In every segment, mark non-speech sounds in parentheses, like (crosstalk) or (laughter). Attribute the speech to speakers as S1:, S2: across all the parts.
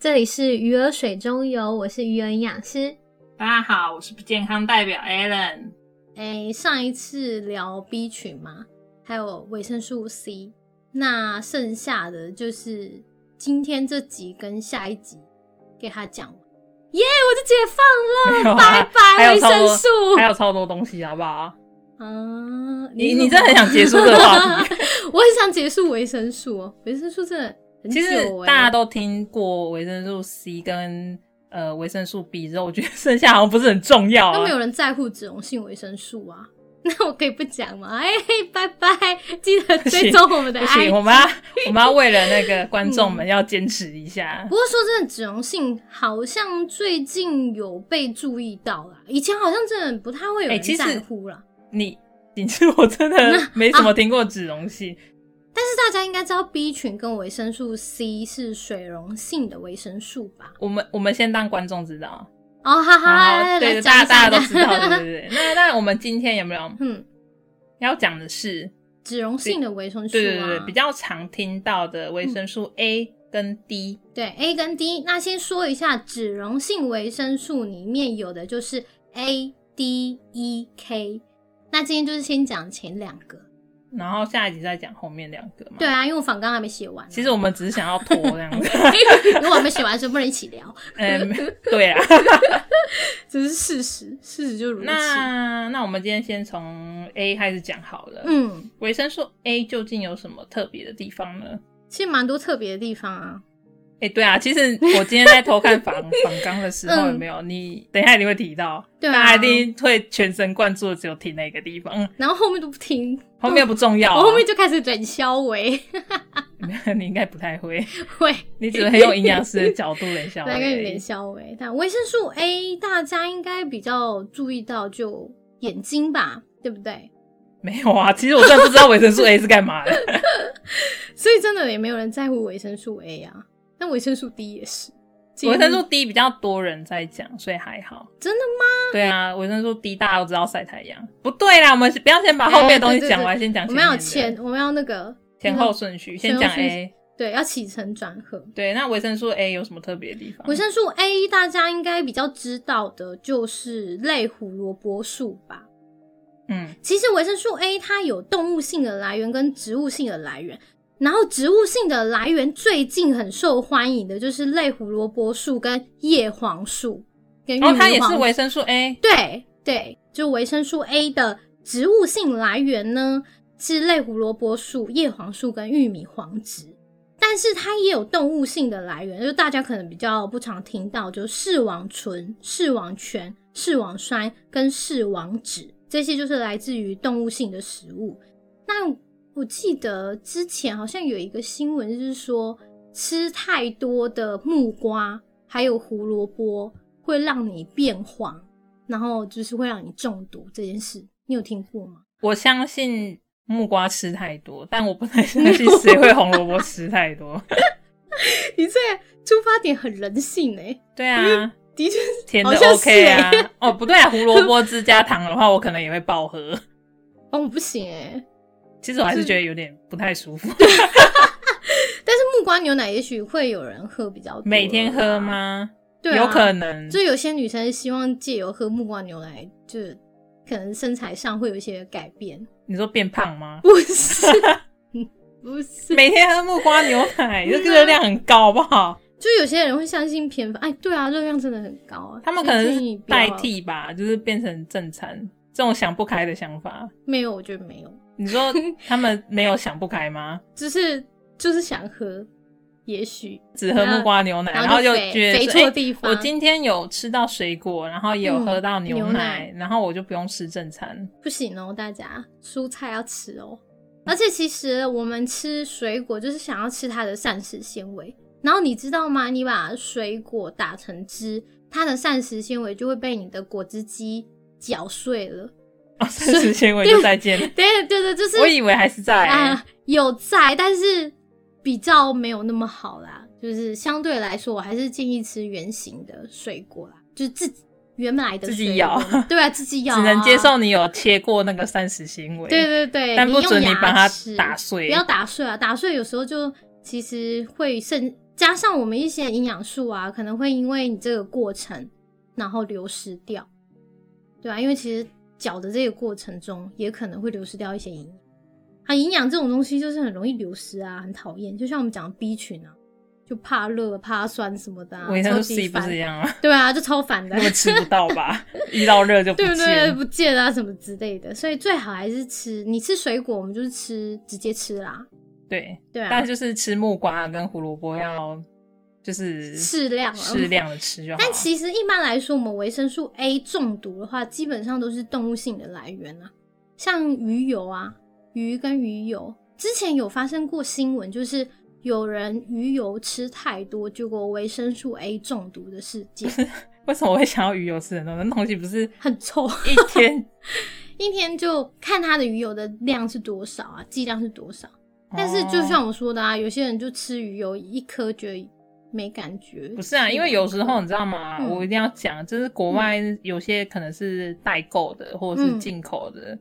S1: 这里是鱼儿水中游，我是鱼儿营养师。
S2: 大家好，我是不健康代表 Alan。
S1: 哎，上一次聊 B 群嘛，还有维生素 C，那剩下的就是今天这集跟下一集给他讲完，耶、我就解
S3: 没有
S1: 放了，
S3: 啊
S1: 拜
S3: 还
S1: 拜
S3: 有
S1: 维
S3: 超
S1: 生
S3: 多
S1: 素。
S3: 还有超多东西，好不好？
S1: 啊，
S3: 你你真的很想结束这个话题。
S1: (laughs) 我很想结束维生素哦，维生素真的很久、
S3: 其
S1: 欸、
S3: 实大家都听过维生素 C 跟呃维生素 B 之后，我觉得剩下好像不是很重要
S1: 都
S3: 啊
S1: 没。有人在乎脂溶性维生素啊。那我可以不讲吗？哎、拜拜，记得追踪我们的
S3: 不
S1: I。
S3: 行，我们要我们要为了那个观
S1: (laughs)
S3: 众们要坚持一下
S1: 不。过说真的，脂溶性好像最近有被注意到啦，以前好像真的不太会有
S3: 哎
S1: 人
S3: 其实
S1: 在乎啦。
S3: 你你是我真的没什么听过脂溶性，
S1: 但是大家应该知道 B 群跟维生素 C 是水溶性的维生素吧？
S3: 我们我们先当观众知道，
S1: 哦，哈哈，来来
S3: 然后对
S1: 来
S3: 的，
S1: 讲
S3: 大
S1: 一下
S3: 大家都知道，对对对。那那我们今天有没有
S1: 嗯，
S3: 要讲的是？
S1: 脂溶性的维生素啊，嗯
S3: 对对对，比较常听到的维生素 A 跟 D，、
S1: 对 A 跟 D，那先说一下脂溶性维生素里面有的就是 A、D、E、K。那今天就是先讲前两个。
S3: 然后下一集再讲后面两个嘛。
S1: 对，啊，因为我反纲还没写完啊、
S3: 其实我们只是想要拖
S1: (laughs)
S3: 这样子。
S1: 如果还没写完，就不能一起聊，
S3: 嗯，对啊。
S1: (laughs) 这是事实，事实就如此。
S3: 那那我们今天先从 A 开始讲好了。，
S1: 嗯，
S3: 维生素 A 究竟有什么特别的地方呢？
S1: 其实蛮多特别的地方啊。
S3: 哎、对啊，其实我今天在偷
S1: (laughs)
S3: 看访访纲的时候，
S1: 嗯
S3: 有没有、你等一下一定会提到，
S1: 对啊
S3: 大家一定会全神贯注，只有提那个地方，
S1: 然后后面都不听，
S3: 后面不重要、
S1: 我
S3: 啊。
S1: 哦后面就开始转消维，
S3: (laughs)
S1: (laughs)
S3: 你应该不太会，
S1: 会
S3: 你只会用营养师的角度来
S1: (laughs)
S3: 笑。
S1: 来跟你联消维。但维生素 A 大家应该比较注意到，就眼睛吧，对不对？
S3: 没有啊，其实我真的不知道维生素 A 是
S1: (laughs)
S3: 干嘛的。
S1: 所以真的也没有人在乎维生素 A 啊，那维生素 D 也是。几乎
S3: 维生素 D 比较多人在讲，所以还好。
S1: 真的
S3: 对啊，维生素 D 大家都知道晒太阳。不对啦，我们不要先把后面的东西讲完，
S1: 哎
S3: 先讲
S1: 我
S3: 前
S1: 们
S3: 面的
S1: 要有前，我们要那个
S3: 前后顺序，
S1: 前
S3: 先
S1: 后
S3: 讲
S1: 顺序
S3: A。
S1: 对，要起承转合。
S3: 对，那维生素 A 有什么特别的地方？
S1: 维生素 A 大家应该比较知道的就是类胡萝卜素吧。
S3: 嗯，
S1: 其实维生素 A 它有动物性的来源跟植物性的来源，然后植物性的来源最近很受欢迎的就是类胡萝卜素跟叶黄素跟玉米
S3: 然
S1: 黄素。
S3: 后哦它也是维生素 A。
S1: 对对，就维生素 A 的植物性来源呢是类胡萝卜素、叶黄素跟玉米黄质，但是它也有动物性的来源，就大家可能比较不常听到，就视网醇、视网醛、视网酸跟视网酯，这些就是来自于动物性的食物。那我记得之前好像有一个新闻，就是说吃太多的木瓜还有胡萝卜会让你变黄，然后就是会让你中毒这件事，你有听过吗？
S3: 我相信木瓜吃太多，但我不能相信谁会红萝卜吃太多。
S1: (laughs) 你这出发点很人性哎、
S3: 对啊，
S1: 的确
S3: 甜
S1: 好
S3: 的
S1: 像是
S3: OK 啊
S1: 欸。
S3: 哦，不对啊，胡萝卜汁加糖的话，我可能也会爆喝。
S1: 哦不行哎、
S3: 其实我还是觉得有点不太舒服。
S1: 嗯但是木瓜牛奶也许会有人喝比较多，
S3: (laughs) 每天喝？吗？
S1: 对、啊，
S3: 有可。能。
S1: 就有些女生希望借由喝木瓜牛奶，就是可能身材上会有一些改变，
S3: 你说变胖吗？
S1: 不 (laughs) 是，不是，
S3: 每天喝木瓜牛
S1: (laughs)
S3: 奶，这
S1: 啊
S3: 个热量很高，好不好？
S1: 就有些人会相信偏方，哎，对啊，热量真的很高啊。
S3: 他们可能
S1: 所以建议
S3: 是
S1: 不要
S3: 代，替吧，就是变成正餐。这种想不开的想法，
S1: 没有，我觉得没有，(laughs)
S3: 你说他们没有想不开吗？
S1: 只是就是想喝，也许
S3: 只喝木瓜牛奶，
S1: 然
S3: 然
S1: 后
S3: 后
S1: 就
S3: 又
S1: 肥
S3: 觉得
S1: 肥
S3: 说
S1: 错
S3: 哎
S1: 地方
S3: 我今天有吃到水果，然后也有
S1: 嗯
S3: 喝到
S1: 牛
S3: 牛
S1: 奶
S3: 奶，然后我就不用吃正餐。
S1: 不行哦，大家蔬菜要吃哦。而且其实我们吃水果就是想要吃它的膳食纤维，然后你知道吗？你把水果打成汁，它的膳食纤维就会被你的果汁机搅碎了。
S3: (laughs) 哦，膳食纤维就再见了。
S1: 对对对， (laughs) 就是
S3: 我以为还是在、
S1: 啊、有在，但是比较没有那么好啦。就是相对来说，我还是建议吃圆形的水果啦，就是自己原来的
S3: 自己
S1: 水果
S3: 咬，
S1: 对啊，自
S3: (laughs)
S1: 己咬、啊，
S3: 只能接。受你有切过那个膳食纤维。
S1: 对对对，
S3: 但不
S1: 用
S3: 准你
S1: 牙
S3: 把它
S1: 齿
S3: 打碎
S1: 不要打碎啊！打碎有时候就其实会剩加上我们一些营养素啊，可能会因为你这个过程然后流失掉，对啊，因为其实搅的这个过程中也可能会流失掉一些营养。啊，营养这种东西就是很容易流失啊，很讨厌。就像我们讲的 B 群啊，就怕热、怕酸什么的、啊，
S3: 维生
S1: 超
S3: 素
S1: 级
S3: C 不
S1: 烦
S3: 是一样吗？
S1: 对啊，就超烦的
S3: 根。本吃不到吧？遇到热就不
S1: (laughs) 对
S3: 见
S1: 不对？不见啊，什么之类的，所以最好还是吃。你吃水果，我们就是吃直接吃啦，
S3: 对
S1: 对啊
S3: 但，就是吃木瓜跟胡萝卜要就是
S1: 适量啊
S3: 适量的吃就好。
S1: (laughs) 但其实一般来说，我们维生素 A 中毒的话，基本上都是动物性的来源啊，像鱼油啊，鱼跟鱼油。之前有发生过新闻，就是有人鱼油吃太多，结果维生素 A 中毒的事件，
S3: 为什么我会想要鱼油吃很多？那东西不是
S1: 很臭。
S3: 一天？
S1: 一天就看它的鱼油的量是多少啊，剂量是多少。 (laughs) 但是就像
S3: 哦、
S1: 我说的啊，有些人就吃鱼油一颗觉得没感觉，
S3: 不是啊，因为有时候你知道吗？
S1: 嗯
S3: 我一定要讲，就是国外有些可能是代购的，或者是
S1: 嗯
S3: 进口的，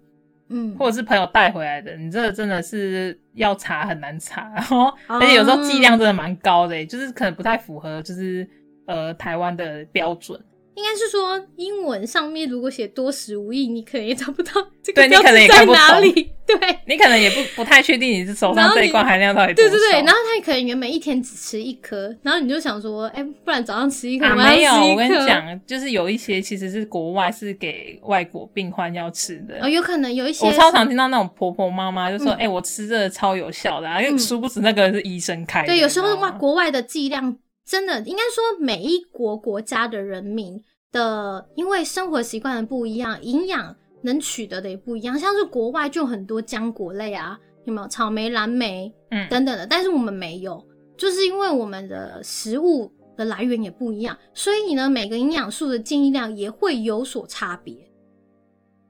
S1: 嗯，
S3: 或者是朋友带回来的，你这个真的是要查很难查，然
S1: 哦
S3: 后而且有时候剂量真的蛮高的、欸就是可能不太符合就是呃台湾的标准，
S1: 应该是说英文上面如果写多食无益，你可能也找不到这
S3: 对
S1: 个标
S3: 你可
S1: 志
S3: 能也
S1: 在
S3: 看不
S1: 哪
S3: (laughs) 懂
S1: 里。对，
S3: 你可能也不不太确定你是手
S1: 然
S3: 上
S1: 后
S3: 这一
S1: 你
S3: 罐含量到底多
S1: 对
S3: 少。
S1: 对对，然后他可能原本一天只吃一颗，然后你就想说，哎、不然早上吃一颗，
S3: 啊，
S1: 晚上
S3: 没有，
S1: 吃一
S3: 我跟
S1: 颗
S3: 你，讲，就是有一些其实是国外是给外国病患要吃的。
S1: 哦，有可能有一些
S3: 我超常听到那种婆婆妈妈就说：“
S1: 嗯
S3: 哎、我吃这个超有效的、啊，因为
S1: 嗯
S3: 殊不知那个是医生开的。”
S1: 对，有时候
S3: 你知道
S1: 外
S3: 吗
S1: 国外的剂量真的应该说每一国国家的人民的，因为生活习惯的不一样，营养能取得的也不一样。像是国外就很多浆果类啊，有没有草莓、蓝莓
S3: 嗯，
S1: 等等的，但是我们没有，就是因为我们的食物的来源也不一样，所以呢，每个营养素的建议量也会有所差别。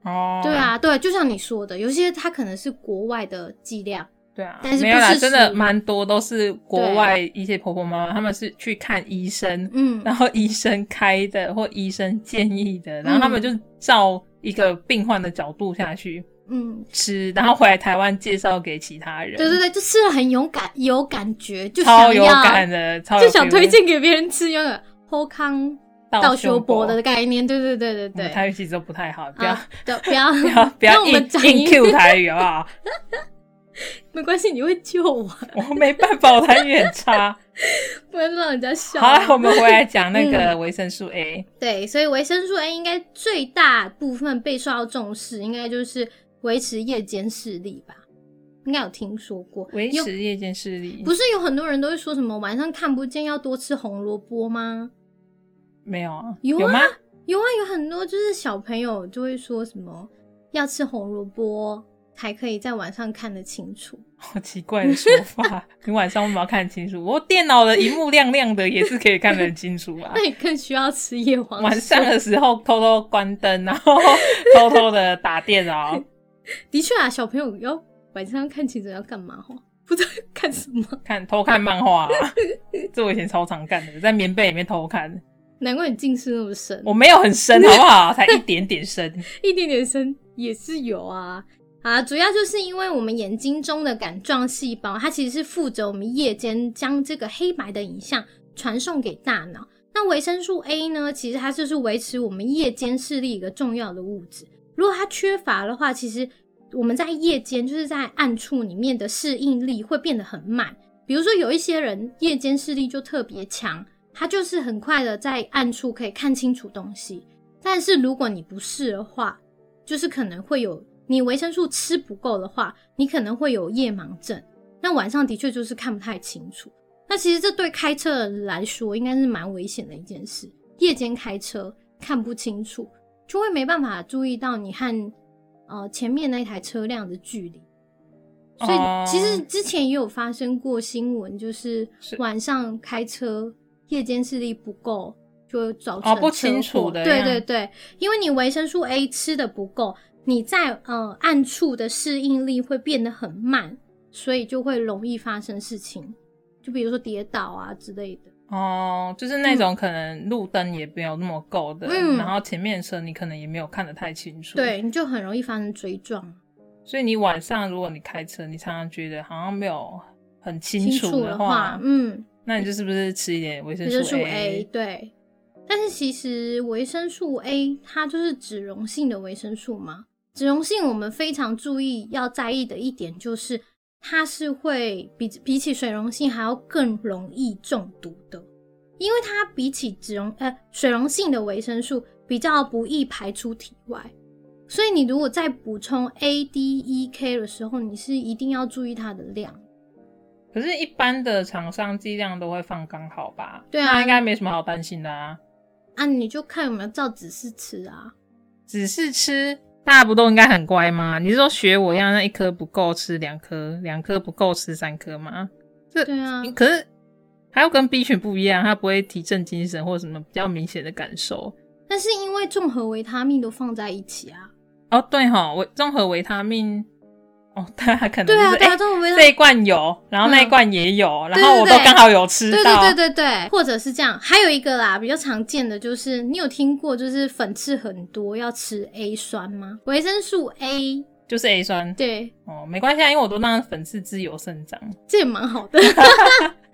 S3: 哦，
S1: 对，啊，对，就像你说的，有些它可能是国外的剂量。
S3: 对啊，
S1: 但是
S3: 没有啦，
S1: 不是
S3: 真的
S1: 食物
S3: 蛮多都是国
S1: 对
S3: 外一些婆婆妈妈，他们是去看医生， (laughs)
S1: 嗯，
S3: 然后医生开的或医生建议的，然后他们
S1: 嗯
S3: 就照一个病患的角度下去
S1: 嗯，
S3: 吃，然后回来台湾介绍给其他人。
S1: 对对对，就吃了很有感，有感觉，就
S3: 超
S1: 想
S3: 有
S1: 要，
S3: 感的，超有
S1: 就想
S3: feel
S1: 推荐给别人吃那个后康道修博
S3: 博
S1: 的，概念。对对对对
S3: 我们
S1: 对，
S3: 台语其实都不嗯太好，不要
S1: 啊，对，不要
S3: (laughs) 不要不要
S1: (laughs) 让我
S3: 硬
S1: 们讲
S3: 硬
S1: 英
S3: Q 台语好不好？
S1: 没关系，你会救我，
S3: 我没办法，我台语很
S1: (laughs)
S3: 差。
S1: 不然让人家笑。
S3: 好啊了，我们回来讲那
S1: 嗯
S3: 个维生素 A，
S1: 对，所以维生素 A 应该最大部分备受到重视，应该就是维持夜间视力吧？应该有听说过，
S3: 维
S1: 有
S3: 持夜间视力
S1: 不是有很多人都会说什么晚上看不见要多吃红萝卜吗？
S3: 没有啊？
S1: 有啊
S3: 有吗？
S1: 有啊，有很多就是小朋友就会说什么要吃红萝卜才可以在晚上看得清楚。
S3: 好奇怪的说法，你晚上为什么要看得清楚？我电脑的荧幕亮亮的，也是可以看得很清楚啊
S1: (laughs) 那。你更需要吃叶黄素。
S3: 晚上的时候偷偷关灯，然后偷偷的打电脑，
S1: 的确啊，小朋友要晚上看清楚要干嘛哈？不知道 (laughs) 干什么，
S3: 看偷看漫画、啊，这我以前超常干的，在棉被里面偷看。
S1: 难怪你近视那么深，
S3: 我没有很深，好不好？才一点点深。
S1: 一点点深也是有啊。啊，主要就是因为我们眼睛中的感状细胞，它其实是负责我们夜间将这个黑白的影像传送给大脑。那维生素 A 呢，其实它就是维持我们夜间视力一个重要的物质。如果它缺乏的话，其实我们在夜间就是在暗处里面的适应力会变得很慢。比如说有一些人夜间视力就特别强，他就是很快的在暗处可以看清楚东西。但是如果你不是的话，就是可能会有你维生素吃不够的话，你可能会有夜盲症。那晚上的确就是看不太清楚。那其实这对开车的人来说，应该是蛮危险的一件事。夜间开车看不清楚，就会没办法注意到你和呃前面那台车辆的距离。所以
S3: 哦
S1: 其实之前也有发生过新闻，就是
S3: 是
S1: 晚上开车夜间视力不够，就会造成
S3: 哦不
S1: 车
S3: 清楚
S1: 祸
S3: 的
S1: 对
S3: 样
S1: 对对，因为你维生素 A 吃的不够，你在呃暗处的适应力会变得很慢，所以就会容易发生事情，就比如说跌倒啊之类的。
S3: 哦，就是那种可能路灯也没有那么够的，
S1: 嗯
S3: 然后前面的车你可能也没有看得太清楚。，
S1: 对，你就很容易发生追撞。
S3: 所以你晚上如果你开车，你常常觉得好像没有很清
S1: 清楚
S3: 的
S1: 的话，嗯，
S3: 那你就是不是吃一点维生
S1: 维生素
S3: 素
S1: A 对。但是其实维生素 A 它就是脂溶性的维生素嘛，脂溶性我们非常注意要在意的一点就是，它是会比比起水溶性还要更容易中毒的，因为它比起脂溶呃水溶性的维生素比较不易排出体外，所以你如果在补充 A、D、E、K 的时候，你是一定要注意它的量。
S3: 可是，一般的厂商剂量都会放刚好吧？
S1: 对啊
S3: 那应该没什么好担心的啊。
S1: 啊，你就看有没有照指示吃啊。
S3: 只是吃，大家不都应该很乖吗？你是说学我一样，那一颗不够吃两颗，两颗不够吃三颗吗？这
S1: 对啊，
S3: 可是还要跟 B 群不一样，它不会提振精神或什么比较明显的感受。
S1: 但是因为综合维他命都放在一起啊。
S3: 哦，对哈，维综合维他命，哦，大家可能、就是、
S1: 对啊，对
S3: 诶
S1: 啊，综合维他
S3: 这
S1: 命。
S3: 一罐有，然后那一
S1: 嗯
S3: 罐也有，
S1: 对
S3: 然后我都
S1: 对
S3: 刚好有吃
S1: 对
S3: 到，
S1: 对对对对，或者是这样，还有一个啦，比较常见的就是，你有听过就是粉刺很多要吃 A 酸吗？维生素 A，
S3: 就是 A 酸。
S1: 对，
S3: 哦，没关系啊，因为我都让粉刺自由生长。
S1: 这也蛮好的。
S3: (laughs)
S1: 应该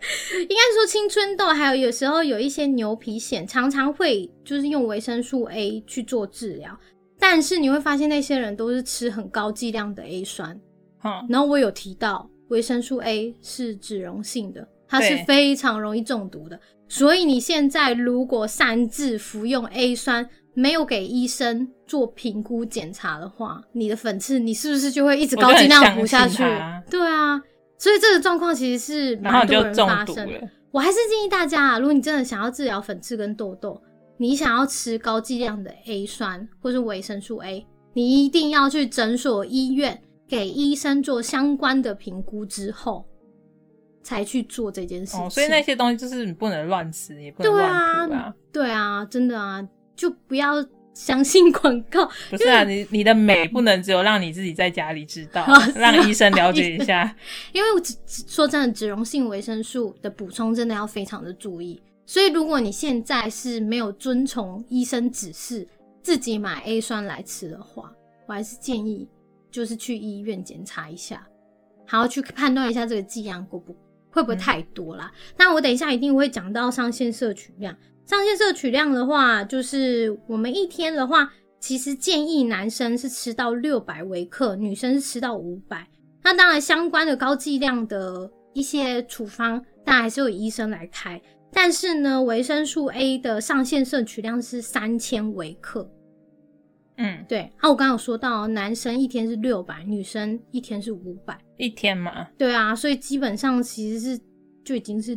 S1: 说青春痘，还有有时候有一些牛皮癣，常常会就是用维生素 A 去做治疗，但是你会发现那些人都是吃很高剂量的 A 酸，
S3: 哈、
S1: 然后我有提到维生素 A 是脂溶性的，它是
S3: 对
S1: 非常容易中毒的。所以你现在如果擅自服用 A 酸，没有给医生做评估检查的话，你的粉刺你是不是就会一直
S3: 我就
S1: 高剂
S3: 很
S1: 量
S3: 相
S1: 补下
S3: 信
S1: 去
S3: 它？
S1: 对啊，所以这个状况其实是
S3: 然后
S1: 蛮
S3: 你
S1: 多
S3: 就
S1: 人
S3: 中
S1: 发
S3: 毒
S1: 生的。
S3: 了。
S1: 我还是建议大家啊，如果你真的想要治疗粉刺跟痘痘，你想要吃高剂量的 A 酸或是维生素 A，你一定要去诊所、医院给医生做相关的评估之后，才去做这件事情。
S3: 哦，所以那些东西就是你不能乱吃，也不能
S1: 对
S3: 乱
S1: 啊
S3: 涂啊。
S1: 对啊，真的啊，就不要相信广告。
S3: 不是啊，你你的美不能只有让你自己在家里知道
S1: 哦 (laughs) 是，啊
S3: 让医生了解一下。
S1: 因为我只只说真的，脂溶性维生素的补充真的要非常的注意。所以如果你现在是没有遵从医生指示自己买 A 酸来吃的话，我还是建议就是去医院检查一下，还要去判断一下这个剂量够不会不会太多啦。那我等一下一定会讲到上限摄取量。上限摄取量的话，就是我们一天的话，其实建议男生是吃到六百微克，女生是吃到五百。那当然，相关的高剂量的一些处方，当然还是由医生来开。但是呢，维生素 A 的上限摄取量是三千微克。
S3: 嗯，
S1: 对啊，我刚刚有说到，男生一天是六百，女生一天是五百。
S3: 一天嘛，
S1: 对啊，所以基本上其实是就已经是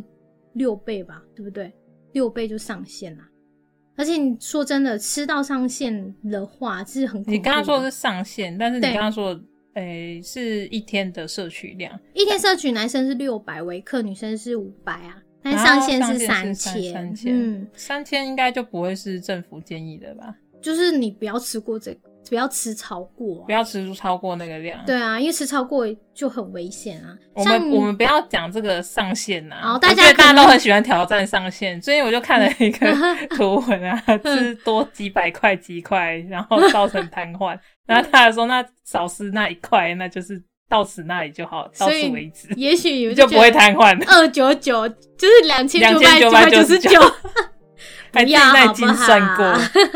S1: 六倍吧，对不对？六倍就上限啦。而且你说真的，吃到上限的话是很恐怖
S3: 你刚刚说的
S1: 是
S3: 是上限，但是你
S1: 对
S3: 刚刚说的，诶、是一天的摄取量，
S1: 一天摄取男生是六百微克，女生是五百啊，但
S3: 然
S1: 上
S3: 后
S1: 限
S3: 上
S1: 是千。
S3: 限是三3000
S1: 嗯，
S3: 三千应该就不会是政府建议的吧？
S1: 就是你不要吃过这个，不要吃超过、
S3: 不
S1: 啊。
S3: 要吃出超过那个量。，
S1: 对啊，因为吃超过就很危险啊。
S3: 我
S1: 像
S3: 们我们不要讲这个上限呐、
S1: 好
S3: 我
S1: 大
S3: 觉
S1: 家
S3: 得大
S1: 可
S3: 家
S1: 能
S3: 都很喜欢挑战上限。 (laughs) 最近我就看了
S1: (laughs)
S3: 一个图文啊，
S1: 嗯
S3: 吃多几百块几块，然后造成
S1: (laughs)
S3: 瘫痪。然后他还说，那少吃那一块，那就是到此那里就好，到
S1: 所
S3: 此
S1: 以
S3: 为止，
S1: 也许你
S3: 你
S1: 们
S3: 就不会瘫痪了。
S1: 二九九，就是两千九百九十九
S3: 2999。
S1: 不
S3: (laughs) 还自己
S1: 要好
S3: 在
S1: 不
S3: 精
S1: 好？
S3: 算过，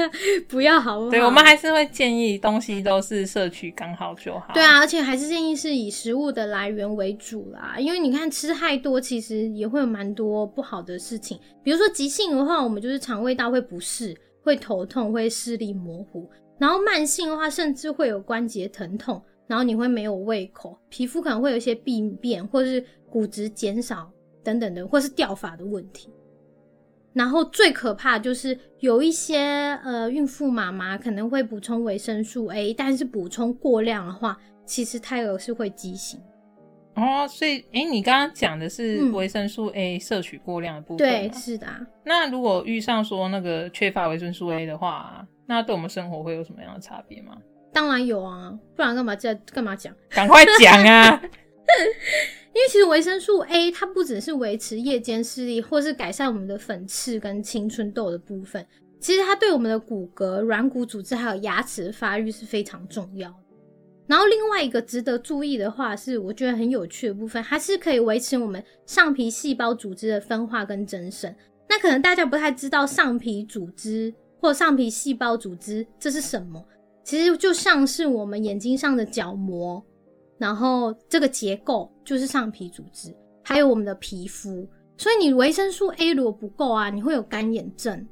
S1: (laughs) 不要好不好？
S3: 对我们还是会建议东西都是摄取刚好就好。
S1: 对，啊，而且还是建议是以食物的来源为主啦，因为你看吃太多，其实也会有蛮多不好的事情，比如说急性的话，我们就是肠胃道会不适，会头痛，会视力模糊，然后慢性的话，甚至会有关节疼痛，然后你会没有胃口，皮肤可能会有一些病变，或是骨质减少等等的，或是掉发的问题。然后最可怕就是有一些呃孕妇妈妈可能会补充维生素 A，但是补充过量的话，其实胎儿是会畸形。
S3: 哦，所以诶，你刚刚讲的是
S1: 嗯
S3: 维生素 A 摄取过量的部分
S1: 对，
S3: 吗，
S1: 是的、啊。
S3: 那如果遇上说那个缺乏维生素 A 的话，那对我们生活会有什么样的差别吗？
S1: 当然有啊，不然干嘛这干嘛讲？
S3: 赶快
S1: (laughs)
S3: 讲啊！
S1: 因为其实维生素 A 它不只是维持夜间视力，或是改善我们的粉刺跟青春痘的部分，其实它对我们的骨骼、软骨组织还有牙齿的发育是非常重要的。然后另外一个值得注意的话是，我觉得很有趣的部分，它是可以维持我们上皮细胞组织的分化跟增生。那可能大家不太知道上皮组织或上皮细胞组织这是什么，其实就像是我们眼睛上的角膜，然后这个结构就是上皮组织，还有我们的皮肤。所以你维生素 A 如果不够啊，你会有干眼症，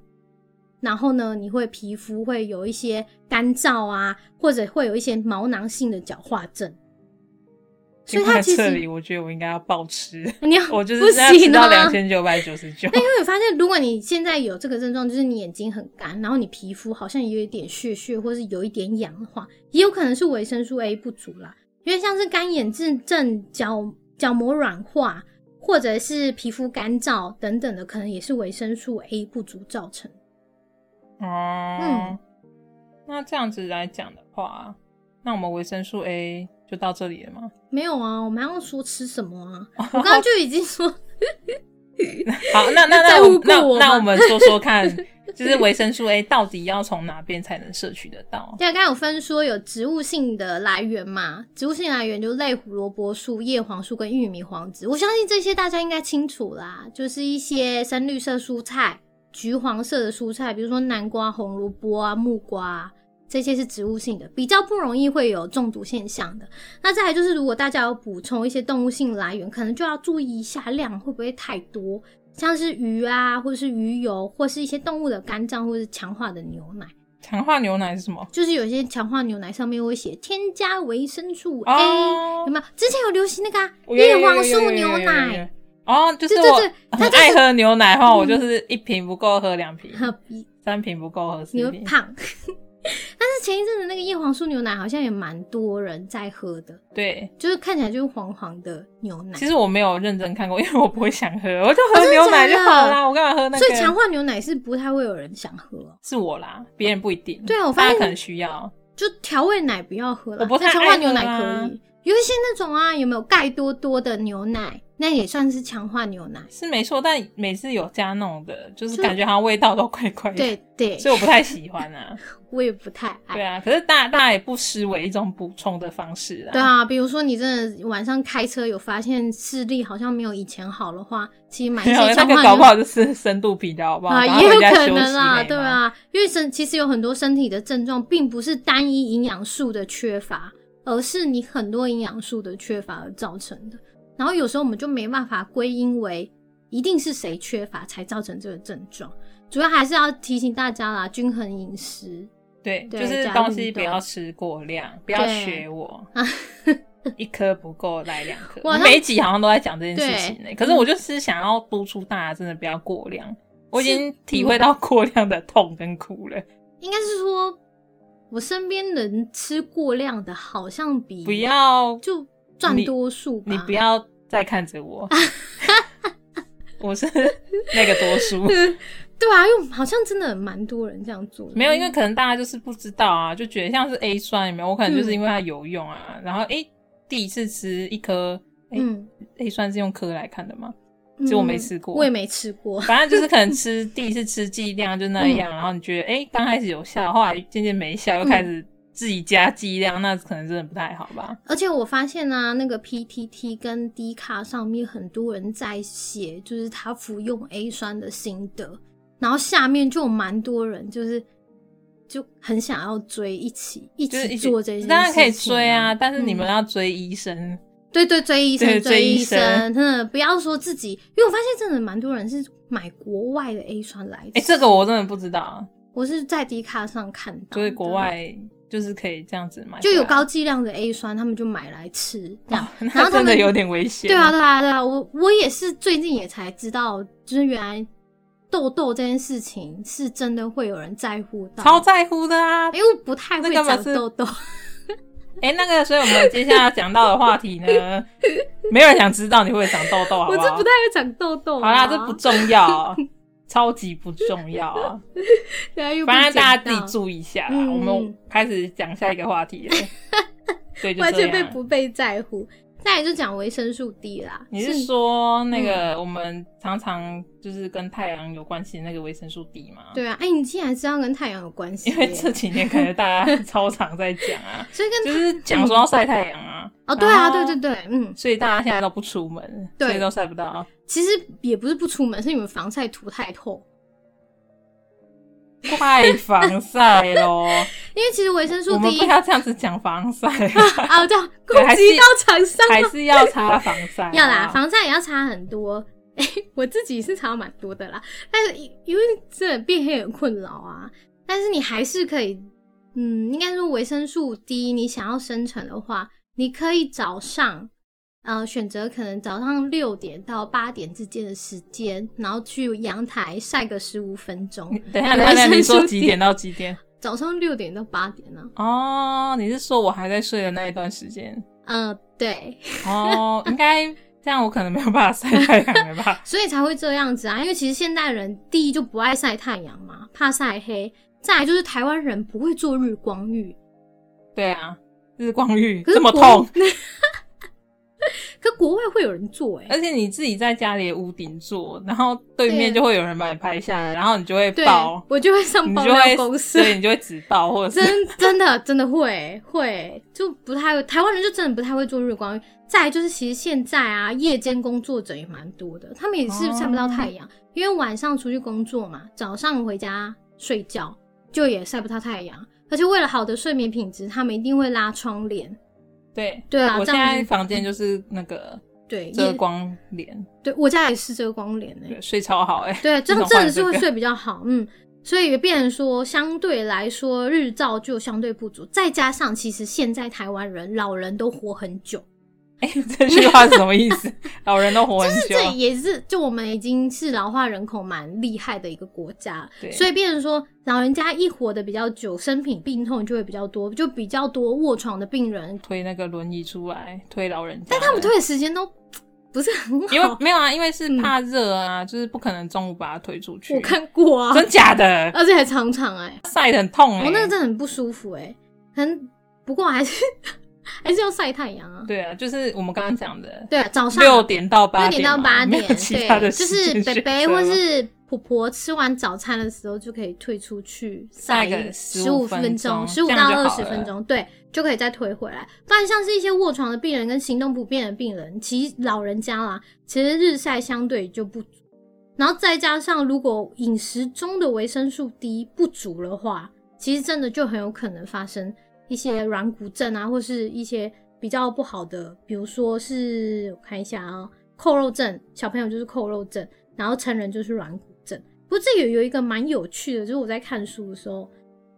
S1: 然后呢，你会皮肤会有一些干燥啊，或者会有一些毛囊性的角化症。所以它其
S3: 听到
S1: 实
S3: 这里，我觉得我应该要暴吃，
S1: 你要
S3: 我就是
S1: 不
S3: 现在吃
S1: 行
S3: 到
S1: 啊
S3: 两千九百九十九。
S1: 那因为我发现，如果你现在有这个症状，就是你眼睛很干，然后你皮肤好像有一点屑屑，或是有一点痒的话，也有可能是维生素 A 不足啦。因为像是干眼症、症角角膜软化，或者是皮肤干燥等等的，可能也是维生素 A 不足造成的。
S3: 哦，那这样子来讲的话，那我们维生素 A 就到这里
S1: (laughs)
S3: 了吗？
S1: 没有啊，我们还要说吃什么啊？我刚刚就已经说，
S3: 好，那那
S1: 在
S3: 那我
S1: 乎
S3: 那
S1: 过我吗
S3: 那我们说说看， (laughs) 就是维生素 A 到底要从哪边才能摄取得到？
S1: 对啊，刚刚有分说有植物性的来源嘛，植物性来源就是类胡萝卜素、叶黄素跟玉米黄籽。我相信这些大家应该清楚啦，就是一些深绿色蔬菜、橘黄色的蔬菜，比如说南瓜、红萝卜啊、木瓜、啊。这些是植物性的，比较不容易会有中毒现象的。那再来就是，如果大家有补充一些动物性来源，可能就要注意一下量会不会太多，像是鱼啊，或者是鱼油，或是一些动物的肝脏，或是强化的牛奶。
S3: 强化牛奶是什么？
S1: 就是有些强化牛奶上面会写添加维生素 A，、
S3: 哦
S1: 有，没有？之前有流行那个、啊、
S3: 我有
S1: 叶
S3: 有有
S1: 黄
S3: 有有
S1: 素
S3: 有有
S1: 牛
S3: 有有有
S1: 奶，
S3: 哦，就是
S1: 对
S3: 我
S1: 对对它
S3: 很
S1: 就是
S3: 爱喝牛奶哈，我
S1: 嗯
S3: 就是一瓶不够喝两瓶，
S1: 呵比
S3: 三瓶不够喝四
S1: 你 (laughs) 会
S3: 瓶。
S1: 胖。但是前一阵子那个叶黄素牛奶好像也蛮多人在喝的，
S3: 对，
S1: 就是看起来就是黄黄的牛奶
S3: 其。实我没有认真看过，因为我不会想喝，我就喝牛奶就
S1: 真的
S3: 好
S1: 假
S3: 啦。
S1: 的
S3: 我干嘛喝那个？
S1: 所以强化牛奶是不太会有人想喝哦，
S3: 是我啦，别人不一定。
S1: 对啊我发
S3: 大家
S1: 现
S3: 可能需要。
S1: 就调味奶不要喝了，
S3: 我不太
S1: 但强化
S3: 爱
S1: 牛奶
S3: 喝啊
S1: 可以。有一些那种啊，有没有钙多多的牛奶，那也算是强化牛奶。
S3: 是没错，但每次有加那种的，就是
S1: 就
S3: 感觉好像味道都怪怪的，
S1: 对对，
S3: 所以我不太喜欢啊。
S1: 我也不太爱
S3: 对。啊，可是大大家也不失为一种补充的方式啊。
S1: 对，啊，比如说你真的晚上开车有发现视力好像没有以前好的话，其实买一
S3: 没有
S1: 些
S3: 那
S1: 强化
S3: 个
S1: 牛
S3: 搞不 (laughs) 好就是深度疲劳，好不好？
S1: 啊，
S3: 然后
S1: 也有
S3: 回家
S1: 可
S3: 休
S1: 能
S3: 息
S1: 啦，
S3: 没
S1: 对
S3: 吗，
S1: 啊，因为身其实有很多身体的症状并不是单一营养素的缺乏，而是你很多营养素的缺乏而造成的。然后有时候我们就没办法归因为一定是谁缺乏才造成这个症状，主要还是要提醒大家啦，均衡饮食。
S3: 对，
S1: 对
S3: 就是
S1: 加
S3: 东
S1: 运
S3: 西不
S1: 动
S3: 要吃过量，不要
S1: 对 (laughs)
S3: 学我。一颗不够来两颗，
S1: 我好
S3: 我
S1: 像
S3: 每一集好像都在讲这件事情呢、欸
S1: 对嗯
S3: 可是我就是想要督促大家，真的不要过量。我已经体会到过量的痛跟苦了，
S1: 应该是说，我身边人吃过量的，好像比
S3: 不要
S1: 就占
S3: 你
S1: 多数吧。
S3: 你不要再看
S1: (laughs)
S3: 着我，我是那个
S1: (laughs)
S3: 多数。
S1: 对啊，因为好像真的蛮多人这样做的。
S3: 没有，因为可能大家就是不知道啊，就觉得像是 A 酸有没有？我可能就是
S1: 嗯
S3: 因为它有用啊，然后诶、第一次吃一颗，诶、
S1: 嗯，
S3: A 酸是用颗来看的吗？
S1: 嗯
S3: 其实我没吃过
S1: 我也没吃过。
S3: 反正就是可能吃第一次吃剂量就那
S1: 嗯
S3: 样，然后你觉得诶刚、开始有效，后来渐渐没效，又开始自己加剂量，那可能真的不太好吧？
S1: 而且我发现啊，那个 PTT 跟 D 卡上面很多人在写，就是他服用 A 酸的心得，然后下面就有蛮多人就是就很想要追一起一
S3: 就是一
S1: 起
S3: 起
S1: 做这件事情、
S3: 当然可以追啊，但是你们
S1: 嗯
S3: 要追医生。
S1: 对对，追医
S3: 对
S1: 生，
S3: 追
S1: 追
S3: 医
S1: 医生
S3: 生，
S1: 真的不要说自己，因为我发现真的蛮多人是买国外的 A 酸来吃。
S3: 诶、哎这个我真的不知道，
S1: 我是在迪卡上看到，
S3: 就是国外就是可以这样子买回来，
S1: 就有高剂量的 A 酸，他们就买来吃，这样
S3: 哦。那
S1: 然后他
S3: 真
S1: 们
S3: 的有点危险。
S1: 对啊，对啊，对啊，我我也是最近也才知道，就是原来痘痘这件事情是真的会有人在乎到，
S3: 超在乎的啊！
S1: 因为我不太会
S3: 那干
S1: 长
S3: 嘛是
S1: 痘痘，
S3: 哎、那个，所以我们接下来讲到的
S1: (laughs)
S3: 话题呢，没有人想知道你会长痘痘，
S1: 我
S3: 好不
S1: 这
S3: 好？
S1: 不太啊会长痘痘、
S3: 啊好啦，这不，重要，超级不重要啊！
S1: 对啊，又不
S3: 反正大家
S1: 捡
S3: 自
S1: 到
S3: 己注意一下啦。
S1: 嗯 (laughs)
S3: 我们开始讲下一个话题了，对，就
S1: 完
S3: 这
S1: 全被
S3: 样。
S1: 不被在乎。再来就讲维生素 D 啦，
S3: 你是说那
S1: 嗯
S3: 个我们常常就是跟太阳有关系的那个维生素 D 吗？，
S1: 对啊？哎、你竟然知道跟太阳有关系耶，
S3: 因为这几年感觉大家超常在讲
S1: (laughs)
S3: 啊，
S1: 所以跟
S3: 就是讲说要晒太阳啊，
S1: 哦，对啊，
S3: 然
S1: 对
S3: 后
S1: 对对，嗯，
S3: 所以大家现在都不出门，
S1: 对
S3: 所以都晒不到。
S1: 其实也不是不出门，是你们防晒涂太透。
S3: 快防晒
S1: (laughs)
S3: 咯！
S1: 因为其实维生素
S3: 我们
S1: D
S3: 不要这样子讲防晒，
S1: 啊，
S3: (laughs)
S1: 对啊， (laughs) 攻
S3: 对还
S1: 击
S3: 是
S1: 到厂商
S3: 还是要擦防晒。啊
S1: (laughs) 要啦，
S3: 好不好
S1: 防晒也要擦很多。 (laughs) 我自己是擦蛮多的啦，但是因为真的变黑很困扰啊。但是你还是可以，嗯，应该说维生素 D，你想要生成的话，你可以早上，呃，选择可能早上六点到八点之间的时间，然后去阳台晒个十五分钟。
S3: 等一下，等一下，等一下，你
S1: 维生
S3: 说
S1: 素 D
S3: 几点到几点？
S1: 早上六点到八点呢、
S3: 哦，你是说我还在睡的那一段时间？
S1: 嗯、对，？
S3: 哦，应该这样，我可能没有办法晒太阳了吧
S1: 所以才会这样子啊。因为其实现代人第一就不爱晒太阳嘛，怕晒黑；再来就是台湾人不会做日光浴，
S3: 对啊，日光浴
S1: 可是
S3: 这么
S1: 国
S3: 痛，
S1: (laughs) 可国外会有人做哎、
S3: 而且你自己在家里的屋顶坐，然后对面
S1: 对
S3: 就会有人把你拍下来，然后你就会
S1: 对
S3: 爆，，
S1: 我就会上
S3: 你
S1: 爆
S3: 就
S1: 料
S3: 会
S1: 公，司，
S3: 对，你就会只爆，或者是
S1: 真真的真的会会就不太会，台湾人就真的不太会做日光浴。再来就是，其实现在啊，夜间工作者也蛮多的，他们也是晒不到太
S3: 哦
S1: 阳，因为晚上出去工作嘛，早上回家睡觉就也晒不到太阳。而且为了好的睡眠品质，他们一定会拉窗帘。
S3: 对
S1: 对啊
S3: 我
S1: 这
S3: 现
S1: 样
S3: 在房间就是那个
S1: 对，
S3: 遮
S1: 夜
S3: 光帘，
S1: 对我家也是遮光帘欸诶、
S3: 对睡超好哎、
S1: 对，这样
S3: 种
S1: 真的
S3: 换
S1: 是会
S3: 这个
S1: 睡比较好，嗯，所以也变成说，相对来说日照就相对不足，再加上其实现在台湾人老人都活很久，
S3: 哎
S1: (laughs)
S3: 这句话是什么意思？老人都活很久，
S1: 这也是就我们已经是老化人口蛮厉害的一个国家，
S3: 对，
S1: 所以变成说老人家一活得比较久，生病病痛就会比较多，就比较多卧床的病人，
S3: 推那个轮椅出来推老人家，
S1: 但他们推的时间都不是很
S3: (laughs) 因为
S1: 好，嗯
S3: 没有啊，因为是怕热啊，就是不可能中午把它推出去。
S1: 我看过啊，
S3: (laughs) 真假的，
S1: 而且还常常哎、
S3: 晒得很痛哎、
S1: 哦，那个真的很不舒服哎、可能不过还是 (laughs) 还是要晒太阳啊。
S3: 对啊，就是我们刚刚讲的
S1: 对啊，早上
S3: 六点到八
S1: 六
S3: 点
S1: 点
S3: 嘛，
S1: 到八点
S3: 没，有其他
S1: 对，
S3: 的
S1: 就
S3: 时
S1: 是
S3: 间
S1: 北
S3: 选
S1: 北
S3: 择
S1: 或
S3: 吗
S1: 是婆婆吃完早餐的时候就可以退出去
S3: 晒个
S1: 十
S3: 15
S1: 分钟，十
S3: 分
S1: 五
S3: 钟
S1: 到
S3: 这样
S1: 二
S3: 就好
S1: 十
S3: 了
S1: 分钟，对，就可以再推回来。不然像是一些卧床的病人跟行动不便的病人，其实老人家啦，其实日晒相对就不足。然后再加上如果饮食中的维生素 D 不足的话，其实真的就很有可能发生一些软骨症啊，或是一些比较不好的，比如说是我看一下啊、扣肉症，小朋友就是扣肉症，然后成人就是软骨症。不过这有有一个蛮有趣的，就是我在看书的时候，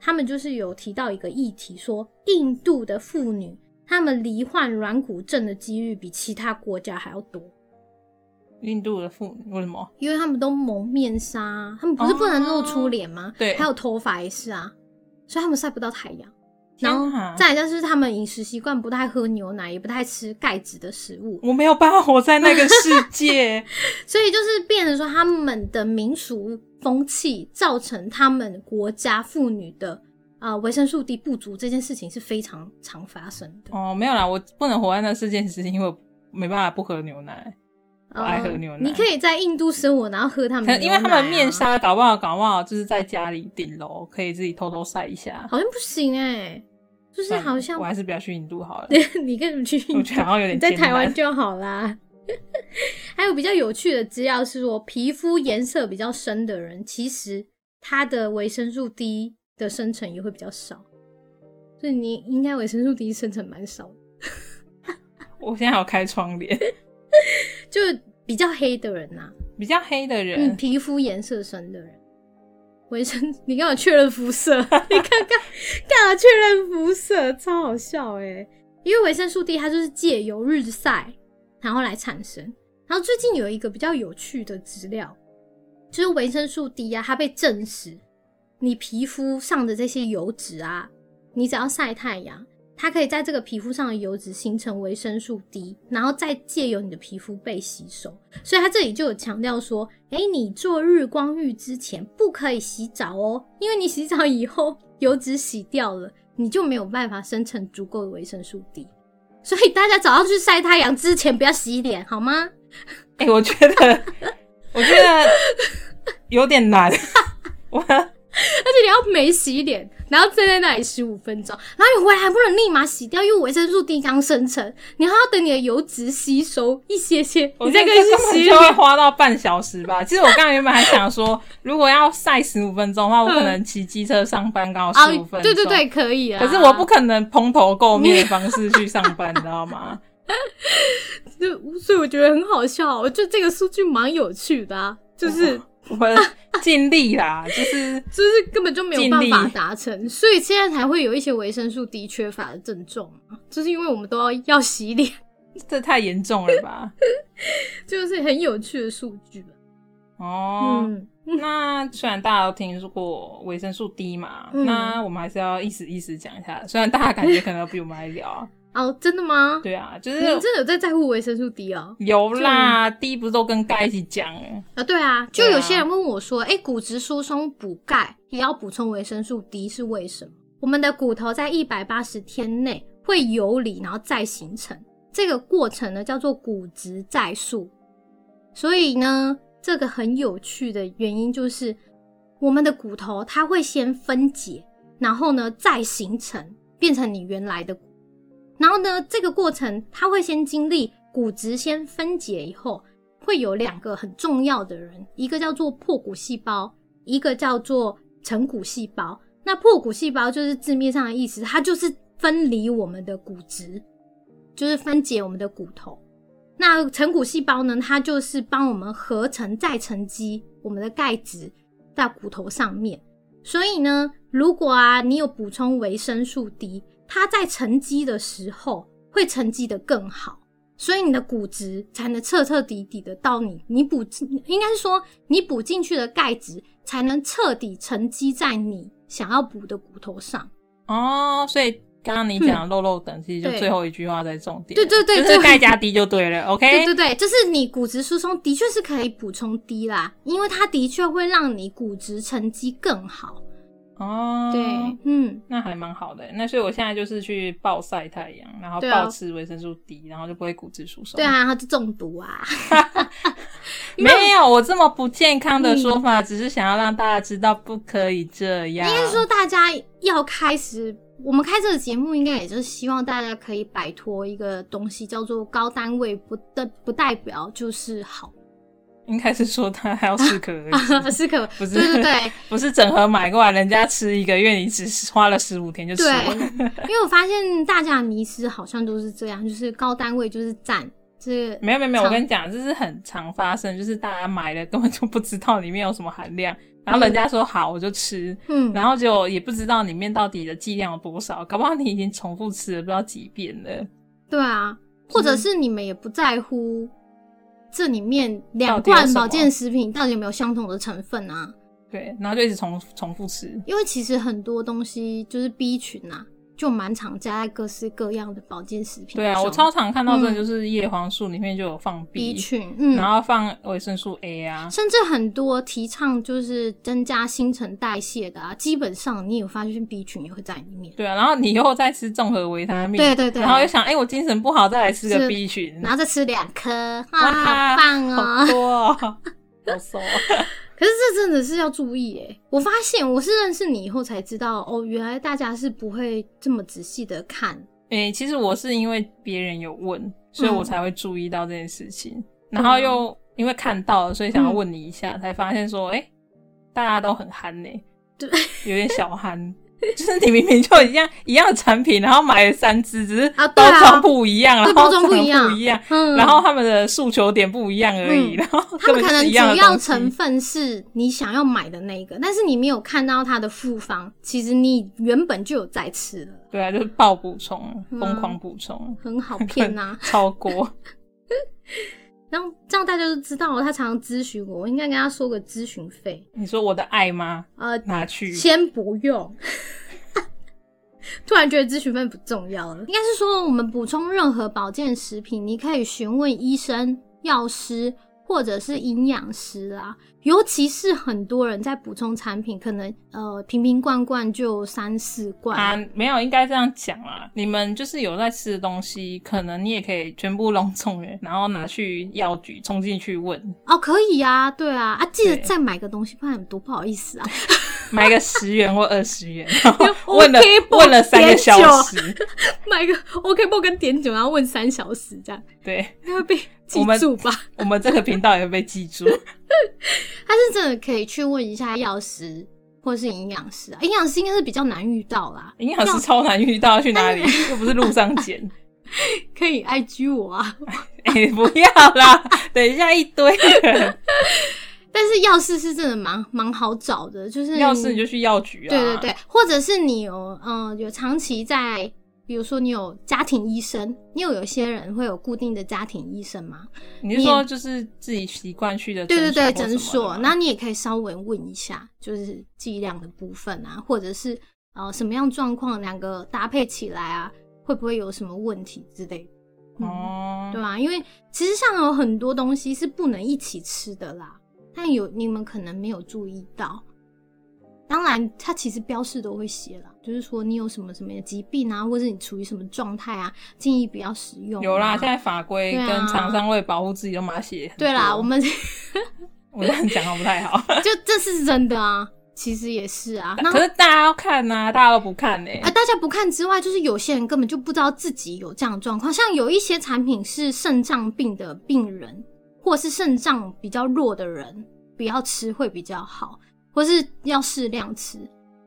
S1: 他们就是有提到一个议题说印度的妇女她们罹患软骨症的几率比其他国家还要多，
S3: 印度的妇女为什么？
S1: 因为她们都蒙面纱啊，她们不是不能露出脸吗？
S3: 哦对
S1: 还有头发也是啊，所以她们晒不到太阳。
S3: 天
S1: 然后
S3: 啊
S1: 再来就是她们饮食习惯不太喝牛奶，也不太吃钙质的食物，
S3: 我没有办法活在那个世界， (laughs)
S1: 所以就是变成说他们的民俗风气造成他们国家妇女的啊维、生素 D 不足这件事情是非常常发生的。
S3: 哦，没有啦，我不能活在那世界，只是因为我没办法不喝牛奶，我哦爱喝牛奶。
S1: 你可以在印度生活，然后喝他们
S3: 可
S1: 的
S3: 能因为他
S1: 牛奶啊
S3: 们面纱搞不好搞不好就是在家里顶楼可以自己偷偷晒一下，
S1: 好像不行哎、就是
S3: 算了
S1: 好像
S3: 我还是不要去印度好了。
S1: (laughs) 你跟你去印度
S3: 我觉得好像有点
S1: 你在
S3: 艰难
S1: 台湾就好啦。 (laughs) 还有比较有趣的资料是说，皮肤颜色比较深的人，其实他的维生素 D 的生成也会比较少，所以你应该维生素 D 生成蛮少的，
S3: 我现在还有开窗帘，
S1: 就比较黑的人呐、啊
S3: 比较黑的人，
S1: 嗯，皮肤颜色深的人，维生，你干嘛确认肤色？ (laughs) 你看看干嘛确认肤色？超好笑哎、因为维生素 D 它就是借由日晒然后来产生。然后最近有一个比较有趣的资料，就是维生素 D 啊，它被证实，你皮肤上的这些油脂啊，你只要晒太阳，它可以在这个皮肤上的油脂形成维生素 D，然后再借由你的皮肤被吸收。所以它这里就有强调说，哎、你做日光浴之前不可以洗澡哦，因为你洗澡以后油脂洗掉了，你就没有办法生成足够的维生素 D。 (laughs) 所以大家早上去晒太阳之前不要洗脸，好吗？
S3: (laughs) 哎、我觉
S1: (laughs)
S3: 得，我觉得有点难。 (laughs) 我
S1: 而且你要没洗脸，然后站在那里十五分钟，然后你回来还不能立马洗掉，因为维生素 D 刚生成，你还要等你的油脂吸收一些些，
S3: 我
S1: 你
S3: 觉
S1: 再
S3: 得
S1: 可以
S3: 这
S1: 去
S3: 根本
S1: 洗
S3: 就会
S1: 脸。
S3: 花到半小时吧。其实我刚刚原本还想说， (laughs) 如果要晒十五分钟的话，我可能骑机车上班刚好十五分钟。
S1: 哦对对对，可以啊。
S3: 可是我不可能蓬头垢面的方式去上班，你知道吗？
S1: 就所以我觉得很好笑，我觉得这个数据蛮有趣的啊，就是 (laughs)
S3: 我尽力啦，就是
S1: 就是根本就没有办法
S3: 尽力
S1: 达成，所以现在才会有一些维生素 D 缺乏的症状啊，就是因为我们都要要洗脸， (laughs)
S3: 这太严重了吧？
S1: 就是很有趣的数据吧。
S3: 哦，
S1: 嗯， (laughs)
S3: 那虽然大家都听过维生素 D 嘛，
S1: 嗯
S3: 那我们还是要一时一时讲一下。虽然大家感觉可能比我们还聊 (laughs) 啊，
S1: 哦，真的吗？
S3: 对啊，就
S1: 你
S3: 是
S1: 们真的有在在乎维生素 D 哦？
S3: 有啦，D 不是都跟钙一起讲欸
S1: 啊，对啊，就
S3: 对啊
S1: 有些人问我说，哎、骨质疏松补钙也要补充维生素 D 是为什么？我们的骨头在一百八十天内会游离，然后再形成，这个过程呢叫做骨质再塑。所以呢，这个很有趣的原因就是，我们的骨头它会先分解，然后呢再形成，变成你原来的骨。然后呢，这个过程它会先经历骨质先分解以后，会有两个很重要的人，一个叫做破骨细胞，一个叫做成骨细胞。那破骨细胞就是字面上的意思，它就是分离我们的骨质，就是分解我们的骨头。那成骨细胞呢，它就是帮我们合成再沉积我们的钙质到骨头上面。所以呢，如果啊你有补充维生素 D，它在沉积的时候会沉积的更好。所以你的骨质才能彻彻底底的到你你补进，应该是说你补进去的钙质才能彻底沉积在你想要补的骨头上。
S3: 哦，所以刚刚你讲的肉肉等，其实就
S1: 对
S3: 最后一句话才重点。
S1: 对对对
S3: 就是
S1: 对
S3: 钙加 D 就对了。OK，
S1: (laughs) 对对对，就是你骨质疏松的确是可以补充 D 啦，因为它的确会让你骨质沉积更好。
S3: 哦，
S1: 对，嗯，
S3: 那还蛮好的。那所以我现在就是去暴晒太阳，然后
S1: 对啊
S3: 暴吃维生素 D，然后就不会骨质疏松。
S1: 对，啊，它就中毒啊。
S3: 没有我这么不健康
S1: 嗯
S3: 的说法，只是想要让大家知道不可以这样。
S1: 应该说，大家要开始，我们开这个节目，应该也就是希望大家可以摆脱一个东西，叫做高单位不代不代表就是好， (laughs)
S3: 应该是说它还要适可而止，
S1: 是可
S3: 不是
S1: 对对对，
S3: 不是整盒买过来，人家吃一个月，你只是花了十五天就吃完。
S1: 因为我发现大家的迷失好像都是这样，就是高单位就是赞，这
S3: 没有没有没有，我
S1: 常
S3: 跟你讲，这是很常发生，就是大家买了根本就不知道里面有什么含量，然后人家说好我就吃，
S1: 嗯，
S3: 然后就也不知道里面到底的剂量有多少，搞不好你已经重复吃了不知道几遍了。
S1: 对啊，或
S3: 嗯
S1: 者是你们也不在乎这里面两
S3: 到底有
S1: 罐
S3: 什么
S1: 保健食品到底有没有相同的成分啊？
S3: 对，然后就一直重重复吃。
S1: 因为其实很多东西就是 B 群啊，就蛮常加在各式各样的保健食品中。
S3: 对啊，我超常看到这
S1: 嗯
S3: 就是叶黄素里面就有放
S1: B
S3: B，,
S1: 群，嗯，
S3: 然后放维生素 A 啊，
S1: 甚至很多提倡就是增加新陈代谢的啊，基本上你有发现 B 群也会在里面。
S3: 对啊，然后你又再吃综合维他命，
S1: 对对对，
S3: 然后又想，哎、我精神不好，再来吃
S1: 是
S3: 个 B 群，
S1: 然后再吃两颗，
S3: 嗯哇，
S1: 啊，好棒哦！
S3: 好多、哦，好瘦哦。
S1: 可是这真的是要注意诶，我发现我是认识你以后才知道，哦，原来大家是不会这么仔细的看。
S3: (laughs) 诶、其实我是因为别人有问，所以我
S1: 嗯啊
S3: 才会注意到这件事情，然后又因为看到了，所以想要问你一下，
S1: 嗯
S3: 才发现说，诶、大家都很憨呢、
S1: 对，
S3: 有点小
S1: (laughs)
S3: 憨。就是你明明就一样一样的产品，然后买了三支，只是
S1: 啊对
S3: 包
S1: 啊
S3: 装不一样，
S1: 对
S3: 然后
S1: 包装不
S3: 长得
S1: 一样
S3: 不一样，
S1: 嗯，
S3: 然后他们的诉求点不一样而已，
S1: 嗯
S3: 然后
S1: 他们
S3: 根本
S1: 可
S3: 就
S1: 能
S3: 是一
S1: 主
S3: 样的
S1: 要
S3: 东西
S1: 成分是你想要买的那一个，但是你没有看到它的复方，其实你原本就有在吃了，
S3: 对啊，就是爆补充，
S1: 嗯
S3: 疯狂补充，
S1: 很好骗呐、
S3: (laughs) 超过。
S1: 然后这样大家就知道了，他常常咨询我，我应该跟他说个咨询费。
S3: 你说我的爱吗？
S1: 呃，
S3: 拿去
S1: 先不用。 (laughs) 突然觉得咨询费不重要了，应该是说我们补充任何保健食品，你可以询问医生、药师或者是营养师啦，尤其是很多人在补充产品，可能呃瓶瓶罐罐就三四罐，
S3: 啊，没有，应该这样讲啦。你们就是有在吃的东西，可能你也可以全部弄送人，然后拿去药局冲进去问，
S1: (laughs) 哦，可以啊，对啊，啊，记得
S3: 对
S1: 再买个东西，不然多不好意思啊。
S3: 买个十元或二十元，然
S1: (laughs)
S3: 后
S1: OK，
S3: (laughs) 问了
S1: 不
S3: 问了三个
S1: 点
S3: 小
S1: 酒
S3: 时，
S1: (laughs) 买个 OK 不跟点酒，然后问三小时 (laughs) 这样，
S3: (laughs) 对
S1: 应该会被记
S3: 我们
S1: 住吧？
S3: 我们这个频道也会被记
S1: (laughs)
S3: 住。
S1: 但是真的可以去问一下药师或是营养师啊，营养师应该是比较难遇到啦，
S3: 营养师超难遇到，去哪里又不是路上捡，
S1: 可以 IG 我啊。 (laughs)
S3: (laughs) 哎、不要啦， (laughs) 等一下一堆人，
S1: 但是药师是真的蛮蛮好找的，就是
S3: 要是你就去药局
S1: 嗯
S3: 啊，
S1: 对对，对，或者是你有嗯、有长期在，比如说你有家庭医生，你有有些人会有固定的家庭医生吗？
S3: 你是说就是自己习惯去的
S1: 对对对，
S3: 诊
S1: 诊
S3: 所或
S1: 所
S3: 什么的，吗，
S1: 那你也可以稍微问一下，就是剂量的部分啊，或者是呃什么样状况，两个搭配起来啊，会不会有什么问题之类的？嗯
S3: 哦，
S1: 对啊，因为其实像有很多东西是不能一起吃的啦，但有你们可能没有注意到。当然，它其实标示都会写啦，就是说你有什么什么疾病啊，或者你处于什么状态啊，建议不要使用啊、
S3: 有啦，现在法规
S1: 对
S3: 跟
S1: 啊
S3: 厂商为了保护自己都马写很多。
S1: 对啦，我们 (laughs)
S3: 我这样讲好像不太好，
S1: 就这是真的啊，其实也是
S3: (laughs)
S1: 啊。 (laughs) 那
S3: 可是大家要看呐、大家都不看呢、
S1: 啊，大家不看之外，就是有些人根本就不知道自己有这样的状况。像有一些产品是肾脏病的病人，或是肾脏比较弱的人，不要吃会比较好，或是要适量吃。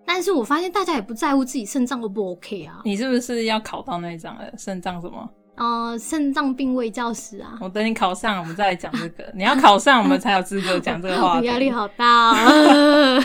S1: 但是我发现大家也不在乎自己肾脏 O 不 OK 啊，
S3: 你是不是要考到那一张了？肾脏什么？
S1: 呃，肾脏病卫教师啊，
S3: 我等你考上，我们再来讲这个。 (laughs) 你要考上，我们才有资格讲这个话
S1: 我
S3: 题。
S1: 压 (laughs) 力好大、哦。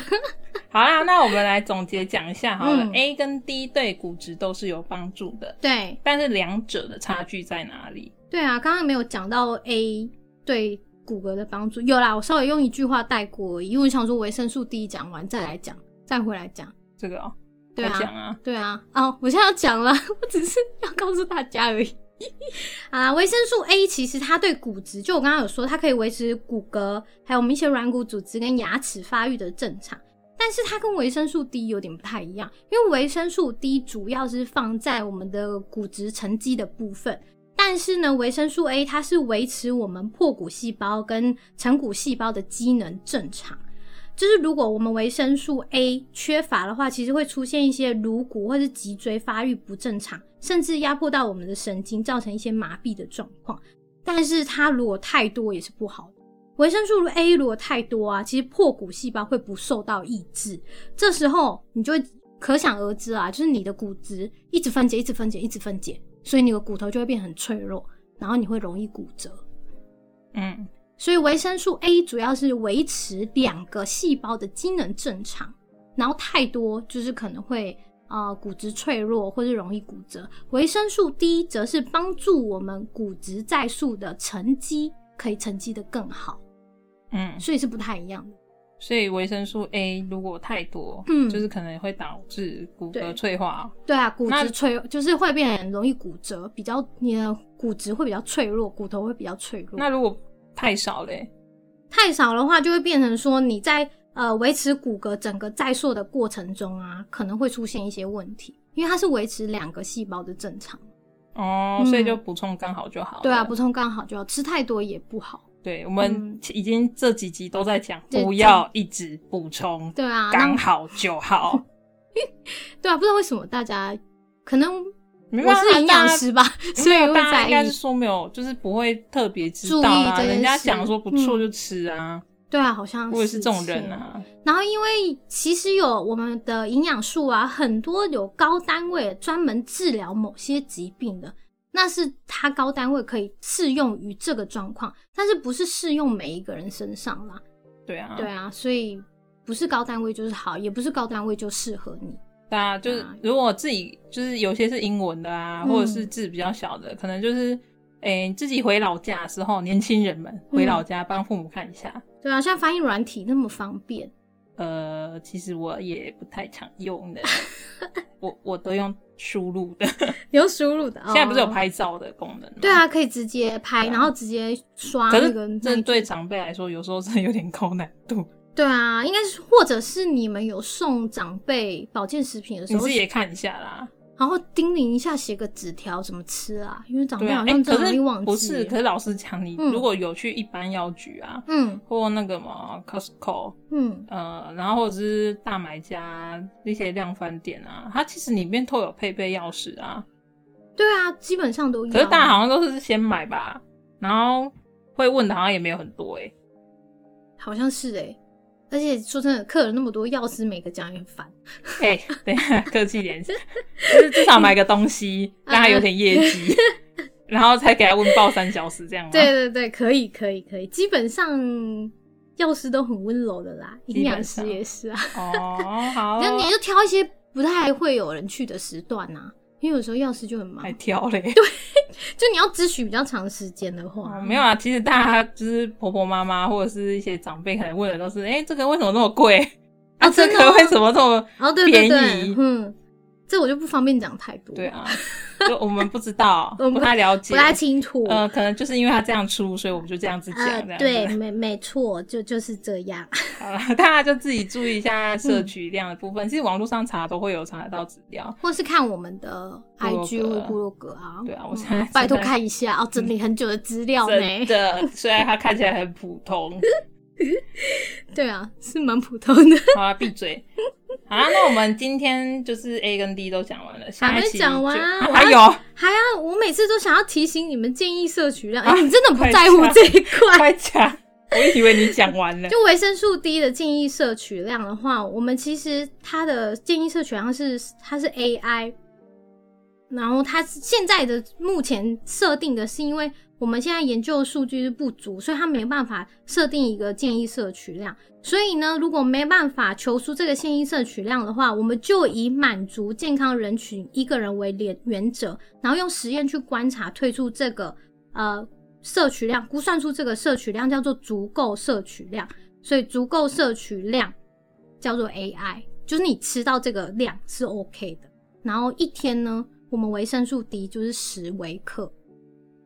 S3: 好啦，那我们来总结讲一下好了。
S1: 嗯
S3: A 跟 D 对骨质都是有帮助的，
S1: (laughs) 对
S3: 但是两者的差距在哪里？
S1: 对啊，刚刚没有讲到 A 对骨骼的帮助，有啦，我稍微用一句话带过而已，因为我想说维生素 D 讲完再来讲，再回来讲。
S3: 这个哦，
S1: 对
S3: 要
S1: 啊，
S3: 讲啊，
S1: 对啊，哦，我现在要讲了， (laughs) 我只是要告诉大家而已。 (laughs) 啊，维生素 A 其实它对骨质，就我刚刚有说，它可以维持骨骼，还有我们一些软骨组织跟牙齿发育的正常。但是它跟维生素 D 有点不太一样，因为维生素 D 主要是放在我们的骨质沉积的部分，但是呢，维生素 A 它是维持我们破骨细胞跟成骨细胞的机能正常。就是如果我们维生素 A 缺乏的话，其实会出现一些颅骨或是脊椎发育不正常，甚至压迫到我们的神经，造成一些麻痹的状况。但是它如果太多也是不好的。维生素 A 如果太多啊，其实破骨细胞会不受到抑制，这时候你就会可想而知啊，就是你的骨质一直分解，一直分解，一直分解，所以你的骨头就会变很脆弱，然后你会容易骨折。
S3: 嗯，
S1: 所以维生素 A 主要是维持两个细胞的机能正常，然后太多就是可能会呃骨质脆弱或是容易骨折。维生素 D 则是帮助我们骨质再塑的沉积，可以沉积的更好，
S3: 嗯，
S1: 所以是不太一样的。
S3: 所以维生素 A 如果太多，
S1: 嗯
S3: 就是可能会导致骨
S1: 对
S3: 骼脆化。
S1: 对啊，骨
S3: 那
S1: 质脆就是会变得很容易骨折，比较你的骨质会比较脆弱，骨头会比较脆弱。
S3: 那如果太少嘞，
S1: 太少的话，就会变成说你在呃维持骨骼整个再塑的过程中啊，可能会出现一些问题，因为它是维持两个细胞的正常。
S3: 哦，
S1: 嗯
S3: 所以就补充刚好就好了。
S1: 对啊，补充刚好就要吃太多也不好。
S3: 对，我们
S1: 嗯
S3: 已经这几集都在讲，
S1: 对
S3: 不要一直补充，
S1: 对啊，
S3: 刚
S1: 那
S3: 好就好。
S1: (laughs) 对啊，不知道为什么大家可能
S3: 没
S1: 我
S3: 办法
S1: 是营养，
S3: 大
S1: 师吧，
S3: 家
S1: 所以
S3: 没有
S1: 会
S3: 大家
S1: 在
S3: 应该
S1: 意
S3: 是。说没有，就是不会特别知道啊。
S1: 注意这件事
S3: 人家讲说不错就吃啊，
S1: 对啊，好像
S3: 我也是这种人
S1: 哦是
S3: 啊。
S1: 然后，因为其实有我们的营养素啊，很多有高单位专门治疗某些疾病的，那是它高单位可以适用于这个状况，但是不是适用每一个人身上啦。
S3: 对啊，
S1: 对啊，所以不是高单位就是好，也不是高单位就适合你。
S3: 大家就是
S1: 啊
S3: 如果自己就是有些是英文的啊，
S1: 嗯
S3: 或者是字比较小的，可能就是。诶、自己回老家的
S1: 嗯
S3: 时候，年轻人们回老家帮父母看一下，
S1: 对啊，像翻译软体那么方便，
S3: 呃，其实我也不太常用
S1: (laughs)
S3: 的，我我都用输入的。
S1: 有输入的。
S3: 现在不是有
S1: 哦？
S3: 拍照的功能吗？
S1: 对啊，可以直接拍，然后直接刷
S3: 可
S1: 那
S3: 是
S1: 个那
S3: 这对长辈来说，有时候真的有点高难度。
S1: 对啊，应该是或者是你们有送长辈保健食品的时
S3: 你
S1: 候
S3: 自，己也看一下啦。
S1: 然后叮咛一下，写个纸条怎么吃啊，因为长
S3: 对
S1: 辈
S3: 啊，
S1: 好
S3: 哎
S1: 像真
S3: 可
S1: 的容易
S3: 是
S1: 忘
S3: 不
S1: 记耶、
S3: 是？可是老实讲，你
S1: 嗯
S3: 如果有去一般药局啊，
S1: 嗯
S3: 或那个嘛 Costco，
S1: 嗯，
S3: 呃，然后或者是大买家那些量贩店啊，它其实里面都有配备钥匙啊。
S1: 对啊，基本上都要。
S3: 可是大家好像都是先买吧，然后会问的好像也没有很多哎、
S1: 好像是哎、而且说真的，客人那么多，药师每个讲也很烦。
S3: (laughs) 哎、等一下，客气点，就是至少买个
S1: (laughs)
S3: 东西，让他有点业绩， (laughs) 然后才给他问报三小时这样吗？
S1: 嗯
S3: 啊
S1: 对，对对，可以可以可以，基本上药师都很温柔的啦，营养
S3: 基本
S1: 师
S3: 上
S1: 也是啊。
S3: 哦，好
S1: 那、你就挑一些不太会有人去的时段啊，因为有时候药师就很忙
S3: 还，挑嘞、
S1: 就你要咨询比较长时间的话，
S3: 哦没有啊，其实大家就是婆婆妈妈或者是一些长辈，可能问的都是，哎、这个为什么那么贵？
S1: 啊
S3: 啊， (laughs) 这
S1: 真的
S3: 个
S1: 哦
S3: 为什么这么？
S1: 哦，对对
S3: 便
S1: 对
S3: 宜，
S1: 嗯，这我就不方便讲太多，
S3: 对，啊，就我们不知道，
S1: (laughs) 我们
S3: 不太了解，
S1: 不太清楚。
S3: 呃，可能就是因为他这样出，所以我们就这样子讲，
S1: 呃
S3: 这样，子。
S1: 对，没没错，就就是这样。 (laughs)
S3: 好了，大家就自己注意一下摄
S1: 嗯
S3: 取量的部分。其实网络上查都会有查得到资料，
S1: 或是看我们的
S3: 部落
S1: IG
S3: 格
S1: 或部落格啊。
S3: 对啊我
S1: 嗯
S3: 现在
S1: (laughs)
S3: 正在嗯
S1: 拜托欸看一下哦，整理很久的资料
S3: 真
S1: 呢。
S3: 的。虽然它看起来很普通，
S1: 对啊，是蛮普通的。 (laughs)
S3: 好啦，闭嘴。好啦，那我们今天就是 A 跟 D 都讲完了，下一期就
S1: 还没讲完
S3: 啊
S1: 我
S3: 还
S1: 要
S3: 有，
S1: 还要，我每次都想要提醒你们建议摄取量，哎、
S3: 啊
S1: 你真的不
S3: 快
S1: 在乎
S3: 讲
S1: 这一块。
S3: 快讲！我以为你讲完
S1: (laughs)
S3: 了。
S1: 就维生素 D 的建议摄取量的话，我们其实它的建议摄取量是它是 AI，然后它是现在的目前设定的是因为我们现在研究数据是不足，所以它没有办法设定一个建议摄取量。所以呢，如果没办法求出这个建议摄取量的话，我们就以满足健康人群一个人为原原则，然后用实验去观察，推出这个呃摄取量，估算出这个摄取量叫做足够摄取量。所以足够摄取量叫做 AI，就是你吃到这个量是 OK 的。然后一天呢，我们维生素 D 就是十微克，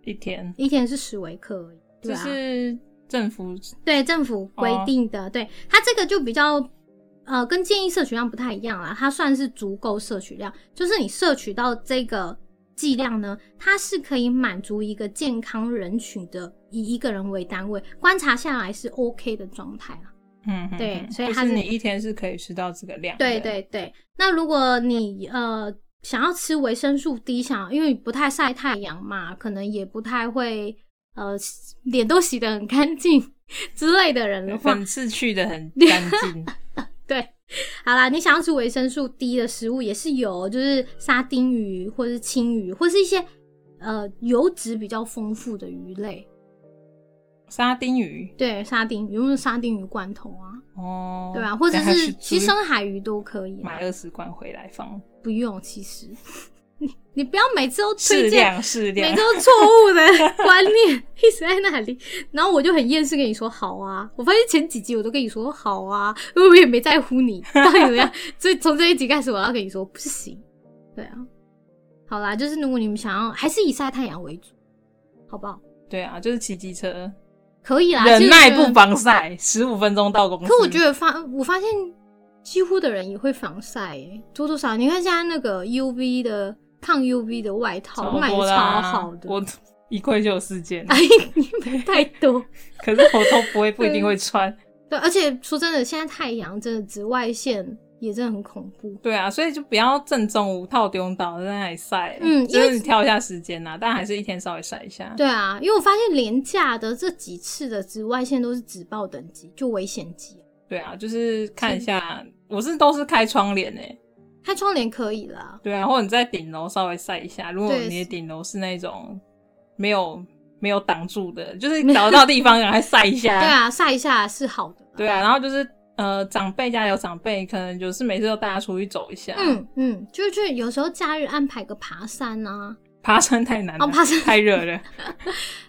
S3: 一天，
S1: 一天是十微克而已。对
S3: 就
S1: 啊。
S3: 是哦政府
S1: 对政府规定的，对它这个就比较呃跟建议摄取量不太一样啦，它算是足够摄取量，就是你摄取到这个剂量呢，它是可以满足一个健康人群的，以一个人为单位观察下来是 OK 的状态啦。
S3: 嗯，嗯
S1: 对
S3: 嗯
S1: 所以
S3: 就
S1: 它
S3: 是
S1: 是
S3: 你一天是可以吃到这个量的。
S1: 对对对，那如果你呃想要吃维生素 D，想因为你不太晒太阳嘛，可能也不太会呃脸都洗得很干净之类的人的话，
S3: 粉刺去的很干净。
S1: 对，好啦，你想要吃维生素 D 的食物也是有，就是沙丁鱼或是青鱼，或是一些呃油脂比较丰富的鱼类。
S3: 沙丁鱼
S1: 对，沙丁鱼，用沙丁鱼罐头啊，
S3: 哦，
S1: (laughs) 对吧、或者
S3: 但它
S1: 是其实
S3: 猪
S1: 深海鱼都可以啊、
S3: 买二十罐回来放，
S1: 不用其实。 (laughs) 你你不要每次都
S3: 适
S1: 推荐
S3: 量适量
S1: 每周错误的 (laughs) 观念一直在那里，然后我就很厌世跟你说好啊。我发现前几集我都跟你说好啊，因为我也没在乎你 (laughs) 到底怎么样，所以从这一集开始我要跟你说不行。对啊，好啦，就是如果你们想要，还是以晒太阳为主，好不好？
S3: 对啊，就是骑机车，
S1: 可以啦，其
S3: 忍
S1: 实我
S3: 耐
S1: 觉得
S3: 不。防晒，十五分钟到公司。
S1: 可我觉得发，我发现几乎的人也会防晒耶、多多少少。你看现在那个 UV 的抗 UV 的外套
S3: 超
S1: 卖
S3: 多
S1: 的
S3: 啦
S1: 超好的，
S3: 我一块就有四件，
S1: (laughs) 哎，你买太多。
S3: 可是我都
S1: (laughs)
S3: 不会不一定会穿。
S1: 对，而且说真的，现在太阳真的紫外线也真的很恐怖。
S3: 对啊，所以就不要正中午套丢倒在那里晒。
S1: 嗯
S3: 就
S1: 因
S3: 是
S1: 为
S3: 你挑一下时间呐，但还是一天稍微晒一下。
S1: 对啊，因为我发现廉价的这几次的紫外线都是紫爆等级，就危险级。
S3: 对啊，就是看一下，我是都是开窗帘诶。
S1: 开窗帘可以啦，
S3: 对啊，或者你在顶楼稍微晒一下，如果
S1: 对
S3: 你的顶楼是那种没有没有挡住的，就是找到地方然后晒一下。
S1: 对啊，晒一下是好的。
S3: 对啊，然后就是呃，长辈家有长辈，可能就是每次都带他出去走一下。，
S1: 嗯嗯，就是就是有时候假日安排个爬山啊，
S3: 爬山太难了，
S1: 哦爬山
S3: 太热了，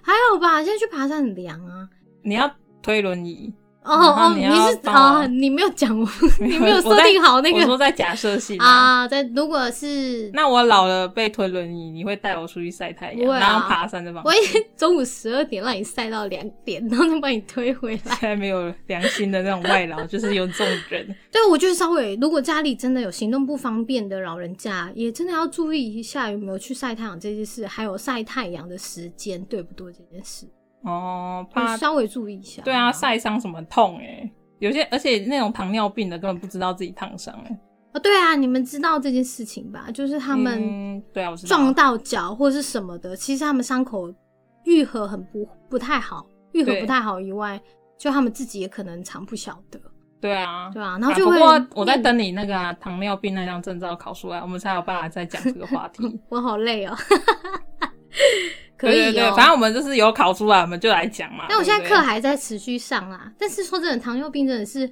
S1: 还有吧，现在去爬山很凉啊。
S3: 你要推轮椅，
S1: 哦哦
S3: 然后
S1: 哦，
S3: 你
S1: 你
S3: 要
S1: 是
S3: 帮我
S1: 哦，你没有讲， (laughs) 你没
S3: 没有
S1: 有
S3: 我
S1: 设
S3: 在
S1: 定好那
S3: 我说
S1: 个
S3: 在假设性啊。
S1: 啊。在如果是
S3: 那我老了被推轮椅，你会带我出去晒太
S1: 不
S3: 阳，
S1: 会啊
S3: 然后爬山的方
S1: 我也中午十二点让你晒到两点，然后再把你推回
S3: (laughs)
S1: 来。
S3: 现在没有良心的那种外劳，就是有这种人。
S1: 对，我觉得稍微，如果家里真的有行动不方便的老人家，也真的要注意一下有没有去晒太阳这件事，还有晒太阳的时间对不对这件事，
S3: 哦，怕
S1: 稍微注意一下。
S3: 对啊，晒伤什么痛哎、有些而且那种糖尿病的根本不知道自己烫伤哎、
S1: 啊，对啊，你们知道这件事情吧？就是他们
S3: 嗯、对啊，我知道
S1: 撞到脚或是什么的，其实他们伤口愈合很不不太好，愈合
S3: 对
S1: 不太好以外，就他们自己也可能常不晓得，
S3: 对啊，
S1: 对啊，然后就
S3: 啊
S1: 会、嗯
S3: 不过我在等你那个啊、糖尿病那张证照考出来，我们才有办法再讲这个话题。
S1: 我好累哦。 (laughs) 可
S3: 对
S1: 以哦、
S3: 对对，反正我们就是有考出来，我们就来讲嘛。
S1: 但我现在
S3: 对不对
S1: 课还在持续上啦。但是说真的，糖尿病真的是，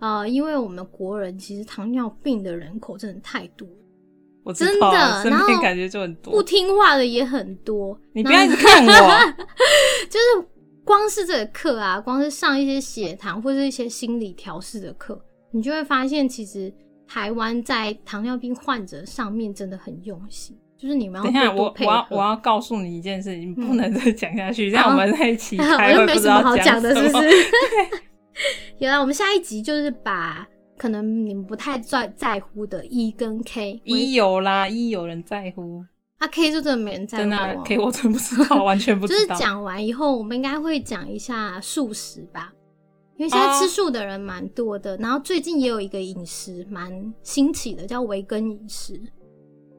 S1: 呃，因为我们国人其实糖尿病的人口真的太多了，
S3: 我
S1: 真
S3: 知道
S1: 的，然
S3: 身边
S1: 后
S3: 感觉就很多
S1: 不。听话的也很多。
S3: 你不
S1: 然
S3: 要
S1: 后
S3: 一直看我，
S1: 就是光是这个课啊，光是上一些血糖或是一些心理调试的课，你就会发现，其实台湾在糖尿病患者上面真的很用心，就是你们
S3: 等一下，
S1: 要多
S3: 我
S1: 多
S3: 我
S1: 配合
S3: 要。我要告诉你一件事，你不能再讲下去，这
S1: 好
S3: 样我们在一起开
S1: (laughs) 我
S3: 会
S1: 又
S3: 不
S1: 没
S3: 知
S1: 什么
S3: 道
S1: 好讲的，
S3: 什
S1: 是
S3: 么
S1: 不
S3: (laughs)
S1: 是？？ (laughs) 有啦，我们下一集就是把可能你们不太在在乎的 E 跟 K，
S3: 一有啦，一有人在乎，
S1: 啊 K 就真的没人在
S3: 真
S1: 乎、
S3: 的啊
S1: 哦，
S3: 给我真不知
S1: (laughs)
S3: 道，完全不
S1: 就是
S3: 知道。
S1: 讲完以后，我们应该会讲一下素食吧，因为现在
S3: 哦
S1: 吃素的人蛮多的，然后最近也有一个饮食蛮兴起的，叫维根饮食，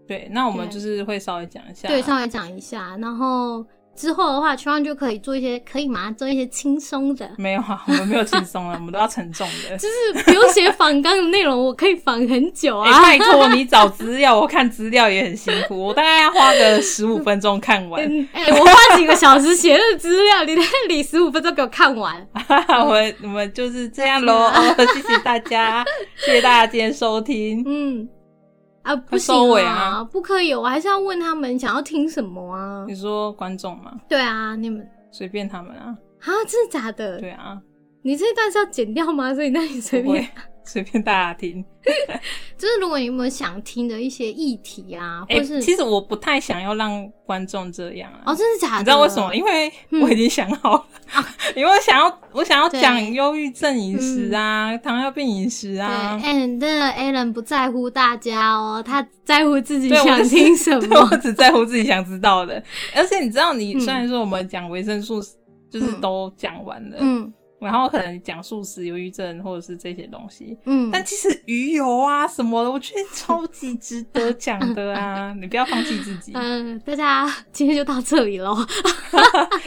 S3: 对，那我们
S1: 对
S3: 就是会稍微讲一下。
S1: 对，稍微讲一下，然后之后的话，希望就可以做一些可以嘛，做一些轻松的，
S3: 没有啊，我们没有轻松了，我们都要沉重的。
S1: 就是不用写仿纲的内容，我可以仿很久
S3: 哎、
S1: 啊。
S3: 拜托你找资料，我看资料也很辛苦，我大概要花个十五分钟看完。
S1: 嗯，哎、我花几个小时写的资料，你在理十五分钟给我看
S3: (laughs)
S1: 完。
S3: 我们我们就是这样喽、哦，谢谢大家，谢谢大家今天收听。
S1: 嗯，啊，不
S3: 快
S1: 行
S3: 收尾
S1: 啊
S3: 啊，
S1: 不可以，我还是要问他们想要听什么啊
S3: 你。说观众嘛，
S1: 对啊，你们
S3: 随便他们啊，
S1: 啊，真的假的？
S3: 对啊，
S1: 你这段是要剪掉吗？所以那你随
S3: 不
S1: 便
S3: 会，随便 (laughs) 大家听。
S1: 就是如果你有没有想听的一些议题啊，
S3: 哎、
S1: 或是、
S3: 其实我不太想要让观众这样啊。
S1: 哦，真的假的？
S3: 你知道为什么？因为我已经想好了， (laughs) 因为我想要我想要
S1: 对嗯
S3: 讲忧郁症饮食啊、糖尿病饮食
S1: 对，
S3: 啊，
S1: 哎、真的 Alan 不在乎大家哦，他在乎自己
S3: 对我
S1: 想
S3: 就是
S1: 听什
S3: (laughs) 对
S1: 么
S3: 我。只在乎自己想知道的。而且你知道你，
S1: 嗯
S3: 虽然说我们讲维生素就是
S1: 嗯
S3: 都讲完了，
S1: 嗯
S3: 然后可能讲素食、忧郁症或者是这些东西，
S1: 嗯，
S3: 但其实鱼油啊什么的，我觉得超级值得讲
S1: (laughs)
S3: 的啊！你不要放弃自己。
S1: 嗯、大家今天就到这里喽。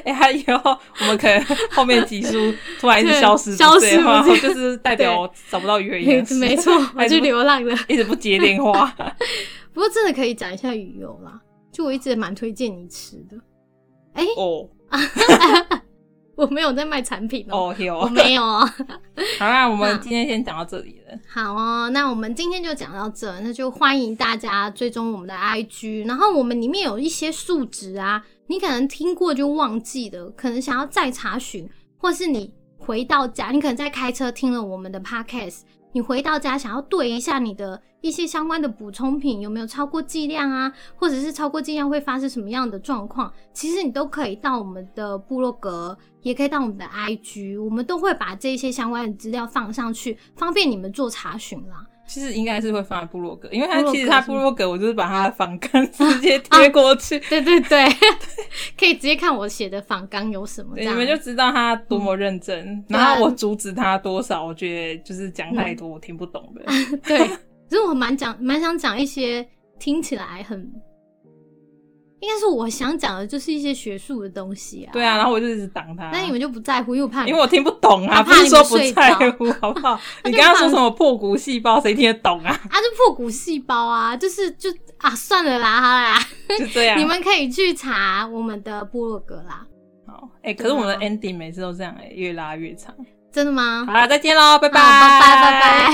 S3: 哎、还有我们可能后面几书突然一直
S1: 对
S3: 消失不见，
S1: 消失不
S3: 然后
S1: 见
S3: 就是代表我找不到约也是
S1: 没错，我
S3: (laughs) 还
S1: 去
S3: 是不
S1: 流浪了。
S3: 一直不接
S1: (laughs)
S3: 电话。
S1: 不过真的可以讲一下鱼油啦，就我一直蛮推荐你吃的。
S3: 哦
S1: 我没有在卖产品哦、
S3: 哦
S1: (laughs)
S3: 有，
S1: 我没有哦。
S3: 好啦，我们今天先讲到这里了。
S1: 好哦，那我们今天就讲到这，那就欢迎大家追踪我们的 IG，然后我们里面有一些数值啊，你可能听过就忘记的，可能想要再查询，或是你回到家，你可能在开车听了我们的 Podcast，你回到家想要对一下你的一些相关的补充品有没有超过剂量啊，或者是超过剂量会发生什么样的状况，其实你都可以到我们的部落格，也可以到我们的 IG，我们都会把这些相关的资料放上去，方便你们做查询
S3: (laughs)
S1: 啦。
S3: 其实应该是会放在部落格，因为它
S1: 部落格
S3: 其实它
S1: 是
S3: 部落格，我就是把它的仿纲直接贴
S1: (laughs)
S3: 过去，
S1: 对对对，可以直接看我写的仿纲有什么这
S3: 对你
S1: 样。
S3: 们就知道它多么认真。
S1: 啊对啊嗯
S3: 然后我阻止它多少，我觉得就是讲太多我听不懂的。
S1: 对，其实我蛮讲蛮想讲一些听起来很，应该是我想讲的就是一些学术的东西啊。(laughs)
S3: 对啊，然后我就一直挡它。
S1: 那你们就不在乎，因为我怕你
S3: 因为我听不懂
S1: 他
S3: 啊，不
S1: 怕
S3: 是
S1: 你
S3: 说
S1: 们
S3: 不
S1: 睡着
S3: 在乎， (laughs) 好不
S1: (laughs)
S3: 好？
S1: 就
S3: 你刚刚说
S1: 怕
S3: 什么破骨细胞，谁听得懂
S1: (laughs)
S3: 啊？
S1: 啊，就破骨细胞啊，就是就啊，算了啦，好啦。
S3: 就这样。
S1: 你们可以去查我们的部落格啦。
S3: 好，哎，可是
S1: 啊
S3: 我们的 ending 每次都这样，哎，越拉越长。
S1: 真的吗？
S3: 好啦，再见喽，拜拜，
S1: 好拜拜拜拜。